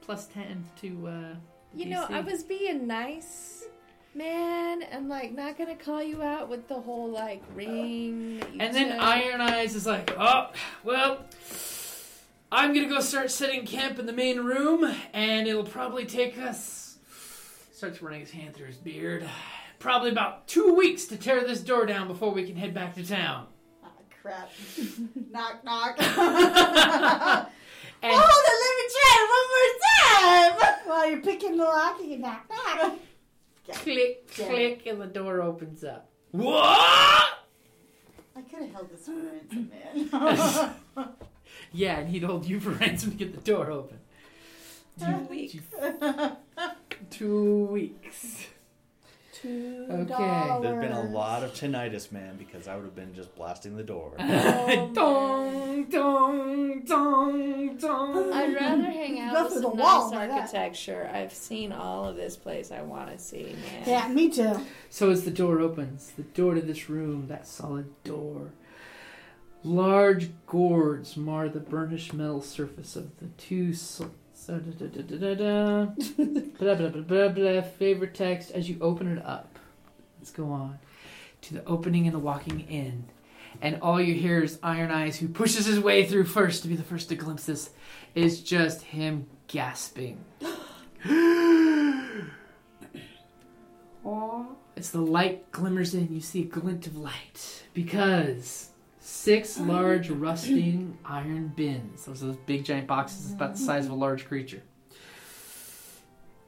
plus 10 to. Uh, you know, DC. I was being nice, man, and like not gonna call you out with the whole like ring. that you And then took. Iron Eyes is like, oh, well, I'm going to go start setting camp in the main room, and it'll probably take us. Starts running his hand through his beard. Probably about two weeks to tear this door down before we can head back to town. Ah, crap. knock, knock. oh, And the lemon try one more time. While you're picking the lock, you knock knock. click, click, and the door opens up. What? I could have held this for ransom, man. Yeah, and he'd hold you for ransom to get the door open. Two weeks. Two weeks. Two Okay. dollars. there'd been a lot of tinnitus, man, because I would have been just blasting the door. dong, dong, dong, dong. I'd rather hang Go out with through the some wall nice by that. architecture. I've seen all of this place I want to see, man. Yeah, me too. So as the door opens, the door to this room, that solid door, large gourds mar the burnished metal surface of the two s- So da da da da da da. blah, blah, blah, blah, blah. Favorite text as you open it up. Let's go on to the opening and the walking in. And all you hear is Iron Eyes, who pushes his way through first to be the first to glimpse this, is just him gasping. As the light glimmers in, you see a glint of light because six large rusting iron bins, those are those big giant boxes about the size of a large creature,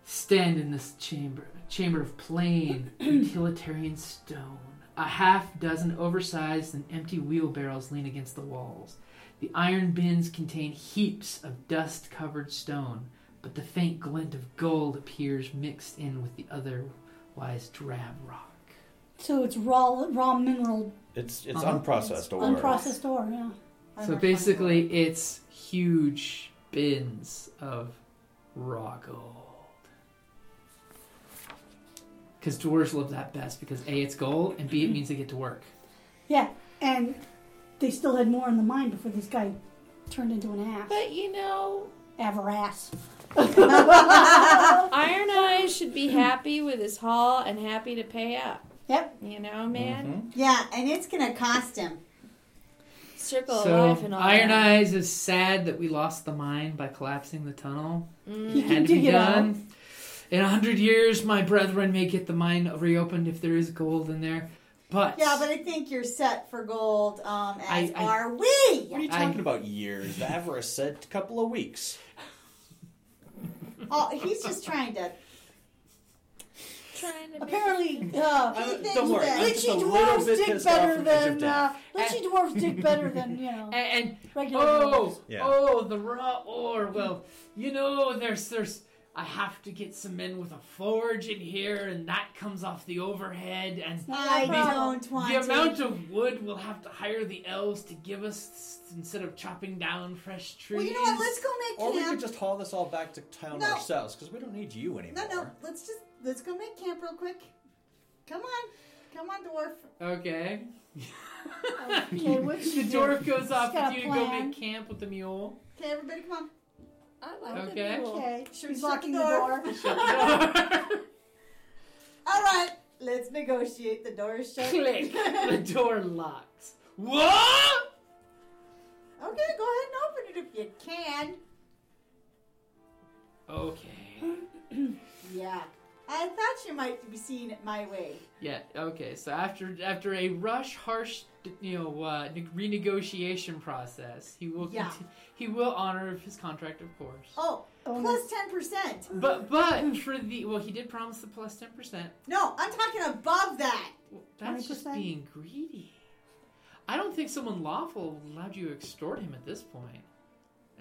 stand in this chamber, a chamber of plain utilitarian stone. A half dozen oversized and empty wheelbarrows lean against the walls. The iron bins contain heaps of dust covered stone, but the faint glint of gold appears mixed in with the otherwise drab rock. So it's raw raw mineral It's it's Uh-huh. unprocessed or unprocessed ore. Yeah. So basically, it's huge bins of raw gold. Because dwarves love that best because A, it's gold, and B, it means they get to work. Yeah, and they still had more in the mind before this guy turned into an ass. But you know, Averass. Iron Eyes should be happy with his haul and happy to pay up. Yep. You know, Mm-hmm. man. Yeah, and it's gonna cost him. Circle of so, life and all Iron that. Eyes is sad that we lost the mine by collapsing the tunnel. He It can had to dig be it out. done. In a hundred years, my brethren may get the mine reopened if there is gold in there. But Yeah, but I think you're set for gold. Um, as I- I- are we. What are you I- talking about years? The Avarice said a couple of weeks. Oh, he's just trying to. Trying to be- Apparently, uh, He Uh, thinks don't worry, that- I'm just lychee a little dwarves bit dig pissed off better from Edge of than uh, Death. lychee dwarves dig better than you know and, and regular. Oh, Yeah. oh, the raw ore. Well, you know, there's, there's. I have to get some men with a forge in here, and that comes off the overhead. And I don't want the amount to. of wood we'll have to hire the elves to give us instead of chopping down fresh trees. Well, you know what? Let's go make Or we camp. could just haul this all back to town No. ourselves because we don't need you anymore. No, no. Let's just let's go make camp real quick. Come on, come on, dwarf. Okay. Okay, what you the do? dwarf goes off got with you a to go plan. make camp with the mule. Okay, everybody, come on. I like Okay. the mule. Okay, Should we he's shut locking the the door? door. All right, let's negotiate. The door is shut. Click. The door locks. What? Okay, go ahead and open it if you can. Okay. Yeah. I thought you might be seeing it my way. Yeah. Okay. So after after a rush, harsh, you know, uh, ne- renegotiation process, he will Yeah. conti- he will honor his contract, of course. Oh, Bonus. plus ten percent. But but for the well, he did promise the plus ten percent. No, I'm talking above that. That's just 20%? being greedy. I don't think someone lawful allowed you to extort him at this point.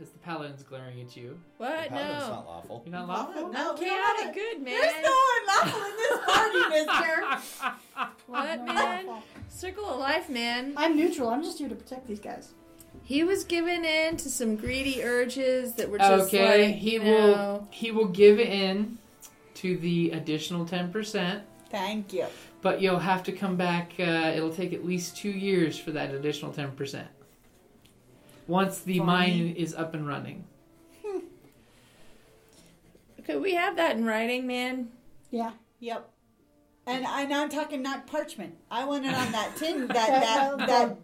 As the paladin's glaring at you, What? Paladin's No. not lawful. you're not lawful. No, we Okay, don't I'm have it. good, man. There's no unlawful in this party, mister. What, man? Circle of life, man. I'm neutral. I'm just here to protect these guys. He was giving in to some greedy urges that were just Okay, like, he you will know, he will give in to the additional ten percent. Thank you. But you'll have to come back. Uh, it'll take at least two years for that additional ten percent. Once the mine is up and running, Could we have that in writing, man? Yeah, Yep. And, and I'm talking not parchment. I want it on that tin, that, That- that, that- that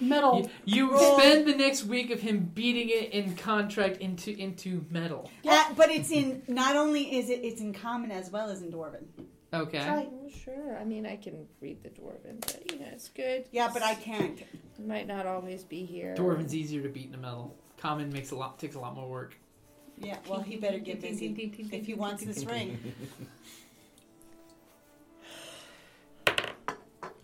metal. you, you Roll. spend the next week of him beating it in contract into into metal. Uh, but it's in not only is it it's in common as well as in dwarven. Okay. Right. Well, sure. I mean, I can read the dwarven, but you know, it's good. Yeah, but I can't. It might not always be here. Dwarven's easier to beat in a metal. Common makes a lot takes a lot more work. Yeah, well, he better get busy if he wants this ring.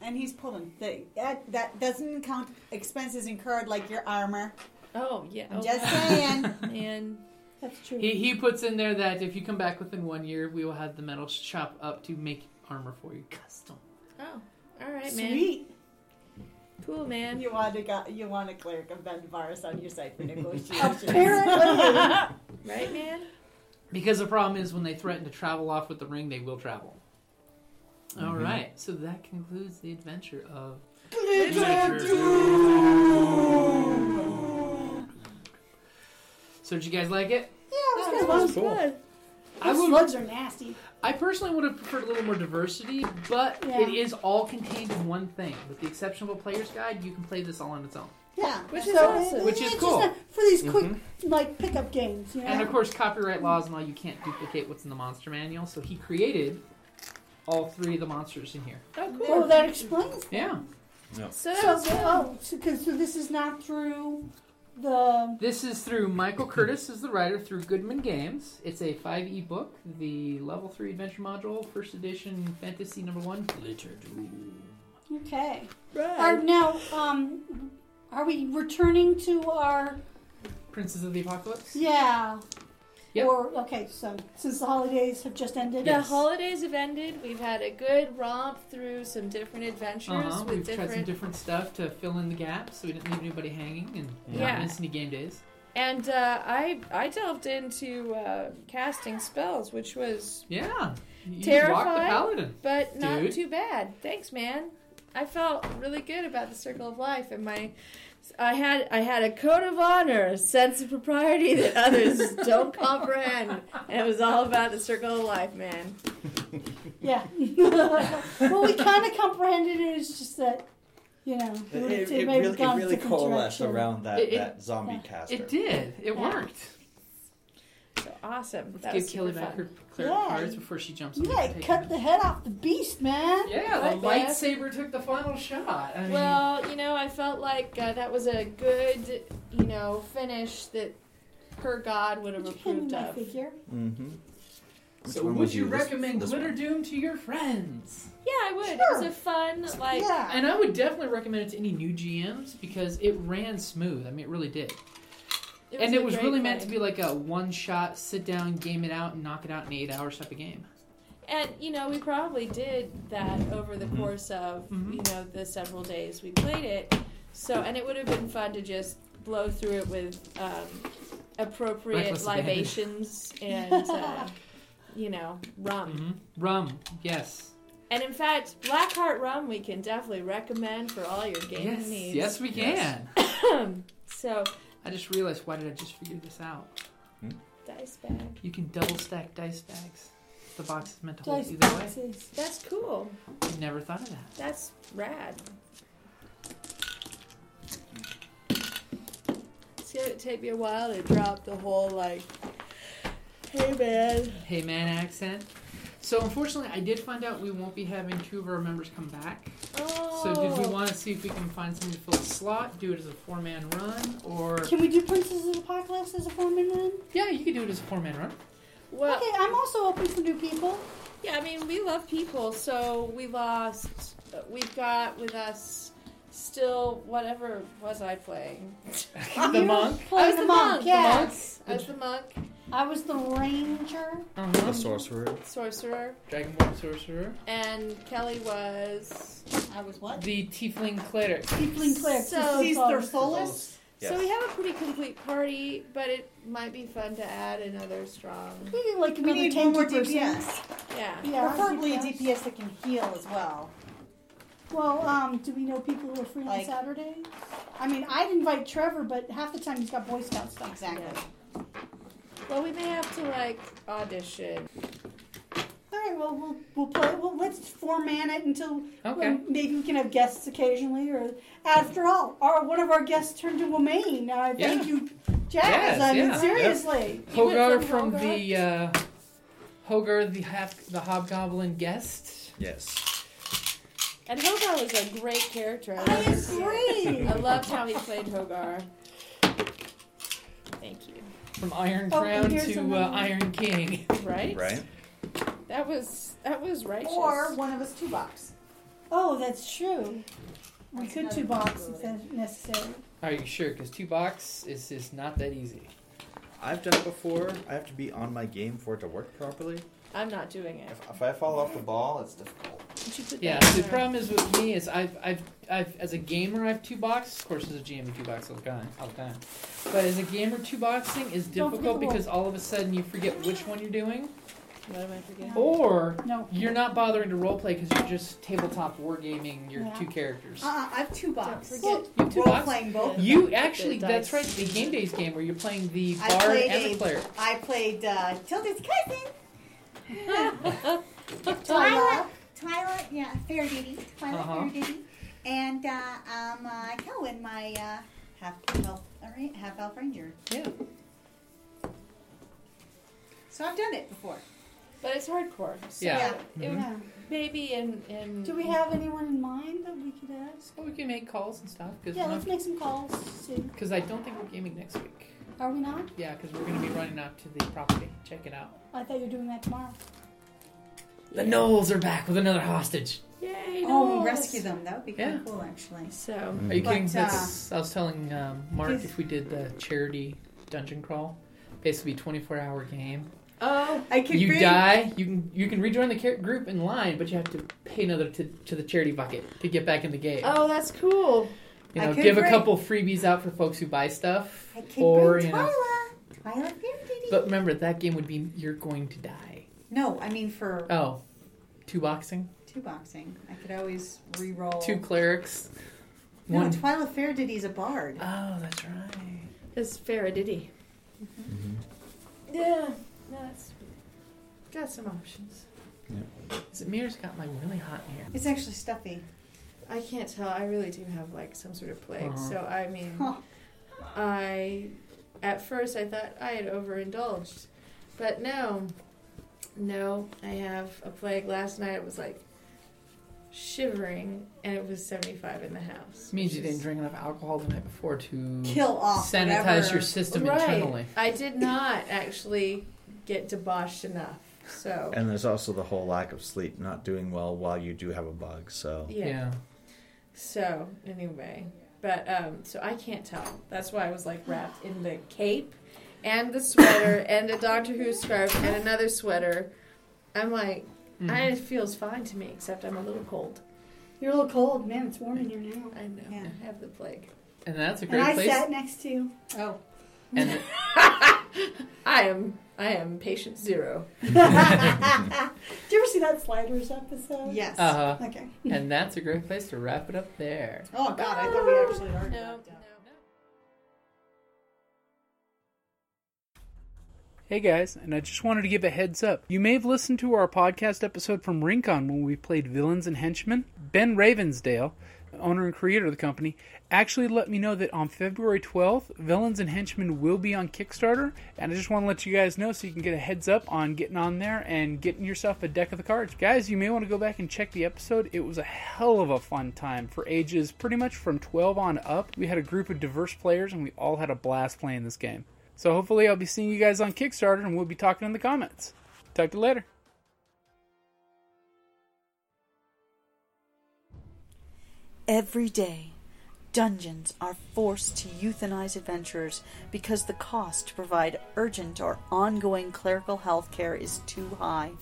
And he's pulling. The, that that doesn't count expenses incurred like your armor. Oh yeah. I'm Oh, just wow. saying. man. That's true. He he puts in there that if you come back within one year, we will have the metal shop up to make armor for you, custom. Oh, all right, man. Sweet. Cool, man. You want a go- you want a cleric of Ben Varus on your side for negotiations. Apparently, Right, man. Because the problem is when they threaten to travel off with the ring, they will travel. All right, so that concludes the adventure of. So did you guys like it? Yeah, it was That was Cool. good. I Those would- slugs are nasty. I personally would have preferred a little more diversity, but Yeah. it is all contained in one thing. With the exception of a player's guide, you can play this all on its own. Yeah. Which is So- awesome. Which is It's cool. Mm-hmm. just a, for these quick like pickup games, you know. And of course, copyright laws and all, you can't duplicate what's in the monster manual, so he created all three of the monsters in here. oh, cool. Oh, that explains. Yeah. so that So, was good. oh, so, 'cause- so this is not through the. This is through Michael Curtis is the writer through Goodman Games. It's a 5e book, the level 3 adventure module, first edition fantasy number 1, Glitter Doom. Okay. Are Right. now, um, are we returning to our? Princes of the Apocalypse. Yeah. Yep. Or okay, so since the holidays have just ended, The holidays have ended. We've had a good romp through some different adventures Uh-huh. with We've tried some different different stuff to fill in the gaps so we didn't leave anybody hanging and Yeah. not miss any game days. And uh, I I delved into uh, casting spells, which was Yeah. You rocked the Terrified? paladin. but not Dude. too bad. Thanks, man. I felt really good about the circle of life, and my I had I had a code of honor, a sense of propriety that others don't comprehend, and it was all about the circle of life, man. yeah. well, we kind of comprehended it. It's just that, you know, It, would've- it- it may have really, gone it really different coalesced direction. around that, It- it- that zombie caster. It did. It Yeah. worked. So awesome. Let's that give was Kelly super back fun. her cleric Yeah. cards before she jumps on You gotta the cut the head off the beast, man. Yeah, the Like that. lightsaber took the final shot. I mean, Well, you know, I felt like uh, that was a good, you know, finish that her god would have Did you hand approved me my of. figure? Mm-hmm. so one would, would you, you- this- recommend this Glitter one? Doom to your friends? Yeah, I would. It was a fun, like, yeah. And I would definitely recommend it to any new GMs because it ran smooth. I mean, it really did. it and a it was great really meant play. to be like a one shot, sit down, game it out, and knock it out in eight hours type of game. And you know, we probably did that over the course of Mhm. you know the several days we played it. So, and it would have been fun to just blow through it with um, appropriate Reckless abandon. libations and uh, you know rum. hmm Rum, yes. And in fact, Blackheart rum we can definitely recommend for all your gaming Yes, needs. yes, we can. So, I just realized, why did I just figure this out? dice bag. You can double stack dice bags. The box is meant to hold Dice either way. boxes. That's cool. I never thought of that. That's rad. It's gonna take me a while to drop the whole like, hey man. hey man accent. So unfortunately, I did find out we won't be having two of our members come back. Oh. So did we want to see if we can find someone to fill the slot, do it as a four-man run, or Can we do Princess of the Apocalypse as a foreman then? yeah, you could do it as a four-man run. Well, okay, I'm also open for new people. yeah. I mean, we love people, so we lost. We've got with us still whatever was I playing? Ah, the monk. Play I was the, the monk, monk, the yes. I was the monk, I was the ranger. The Uh-huh. sorcerer. sorcerer, Dragonborn sorcerer. and Kelly was. I was what? The tiefling cleric. Tiefling cleric. So- Cease Cease their their soul. solace. So we Yes. have a pretty complete party, but it might be fun to add another strong. We need like We another need tanky one more person. DPS. Yeah. Yeah, Preferably a DPS that can heal as well. Well, um, do we know people who are free Like- on Saturday? I mean, I'd invite Trevor, but half the time he's got Boy Scout stuff. Exactly. Well, we may have to like audition. All right, well, we'll we'll play. Well, let's four man it until Okay. um, maybe we can have guests occasionally. Or after all, our one of our guests turned to Womaine. Now I thank Yeah. you, Jazz. Yes, I mean, yeah. seriously. Hogar went from from the uh, Hogar the half the hobgoblin guest. Yes. And Hogar was a great character. I, I loved- agree. I loved how he played Hogar. Thank you. From Iron Oh, Crown and here's to another uh, one. Iron King. Right? Right? That was that was righteous. Or one of us two box. Oh, that's true. We That's could another two box if possibility. that's necessary. Are you sure? Because two box is is not that easy. I've done it before. I have to be on my game for it to work properly. I'm not doing it. If, if I fall off the ball, it's difficult. Did you put Yeah, that the in there? problem is with me is I've, I've, I've, as a gamer, I have two boxes. Of course, as a GM, two boxes all the time. All the time. But as a gamer, two boxing is Don't forget difficult the roll. because all of a sudden you forget which one you're doing, What am I forgetting? Or No. you're not bothering to roleplay because you're just tabletop wargaming your Yeah. two characters. Uh-uh, I have two box. Well, you have two Role bots. playing both. You actually, The that's right, dice. the Game Days game where you're playing the I bard played and the a- player. I played uh, Tilda's cousin, Tyler. Twyla. Twyla, yeah, Fair Diddy. Twyla Uh-huh. Fair Diddy. And uh, um, uh, Kelwyn, my uh, half elf, all right, half elf ranger. Yeah. So I've done it before. But it's hardcore. So Yeah. It would, maybe in, in. Do we have anyone in mind that we could ask? Well, we can make calls and stuff Yeah, let's because make some calls. See, I don't think we're gaming next week. are we not? Yeah, because we're going to be running out to the property. Check it out. I thought you were doing that tomorrow. The Knolls are back with another hostage. Yay! Oh, Yes. rescue them. That would be kind Yeah. of cool, actually. So. Are you But, kidding? uh, That's, I was telling um, Mark he's- if we did the charity dungeon crawl, basically 24 hour game. Oh, I could you bring, die, you can you can rejoin the char- group in line, but you have to pay another to, to the charity bucket to get back in the game. oh, that's cool. you I know, could give a bring- couple freebies out for folks who buy stuff, I could or bring you know. Twyla. Twyla Fair Diddy. But remember, that game would be you're going to die. no, I mean for Oh, two boxing, two boxing. I could always re-roll. two clerics, No, one. Twyla Fair Diddy's a bard. Oh, that's right. It's Faradiddy. Yeah. No, that's. Got some options. Is it me or has it gotten like really hot in here? It's actually stuffy. I can't tell. I really do have like some sort of plague. Uh-huh. So I mean, Huh. I at first I thought I had overindulged, but no, no, I have a plague. Last night it was like shivering, and it was seventy five in the house. It means which you is- didn't drink enough alcohol the night before to Kill off sanitize whatever. your system right. internally. I did not actually get debauched enough. So And there's also the whole lack of sleep, not doing well while you do have a bug. So yeah. So anyway, but um, so I can't tell. That's why I was like wrapped in the cape and the sweater and a Doctor Who scarf and another sweater. I'm like, I, it feels fine to me, except I'm a little cold. You're a little cold, man. It's warm in here now. I know Yeah. I have the plague. And that's a And great I place. sat next to you. Oh, And I am, I am patient zero. Did you ever see that Sliders episode? yes. uh, Okay. and that's a great place to wrap it up there. oh God, I thought we actually already No, wrapped no. up. Hey guys, and I just wanted to give a heads up. You may have listened to our podcast episode from Rincon when we played Villains and Henchmen. Ben Ravensdale, owner and creator of the company, actually let me know that on February 12th, Villains and Henchmen will be on Kickstarter, and I just want to let you guys know so you can get a heads up on getting on there and getting yourself a deck of the cards. Guys, you may want to go back and check the episode. It was a hell of a fun time for ages pretty much from 12 on up. We had a group of diverse players and we all had a blast playing this game. So hopefully I'll be seeing you guys on Kickstarter and we'll be talking in the comments. Talk to you later. Every day, dungeons are forced to euthanize adventurers because the cost to provide urgent or ongoing clerical health care is too high.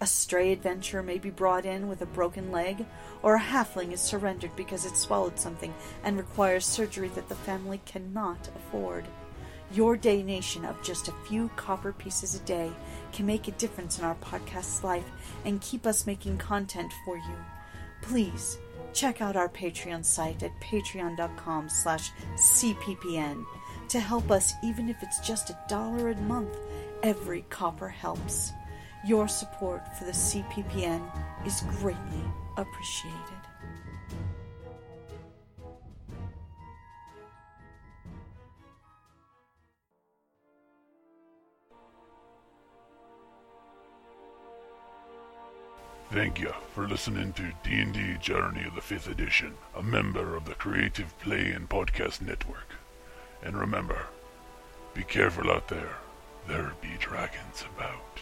A stray adventurer may be brought in with a broken leg, or a halfling is surrendered because it swallowed something and requires surgery that the family cannot afford. Your donation of just a few copper pieces a day can make a difference in our podcast's life and keep us making content for you. Please check out our Patreon site at patreon.com slash cppn to help us even if it's just a dollar a month. Every copper helps. Your support for the CPPN is greatly appreciated. Thank you for listening to D&D Journey of the 5th Edition, a member of the Creative Play and Podcast Network. And remember, be careful out there. There be dragons about.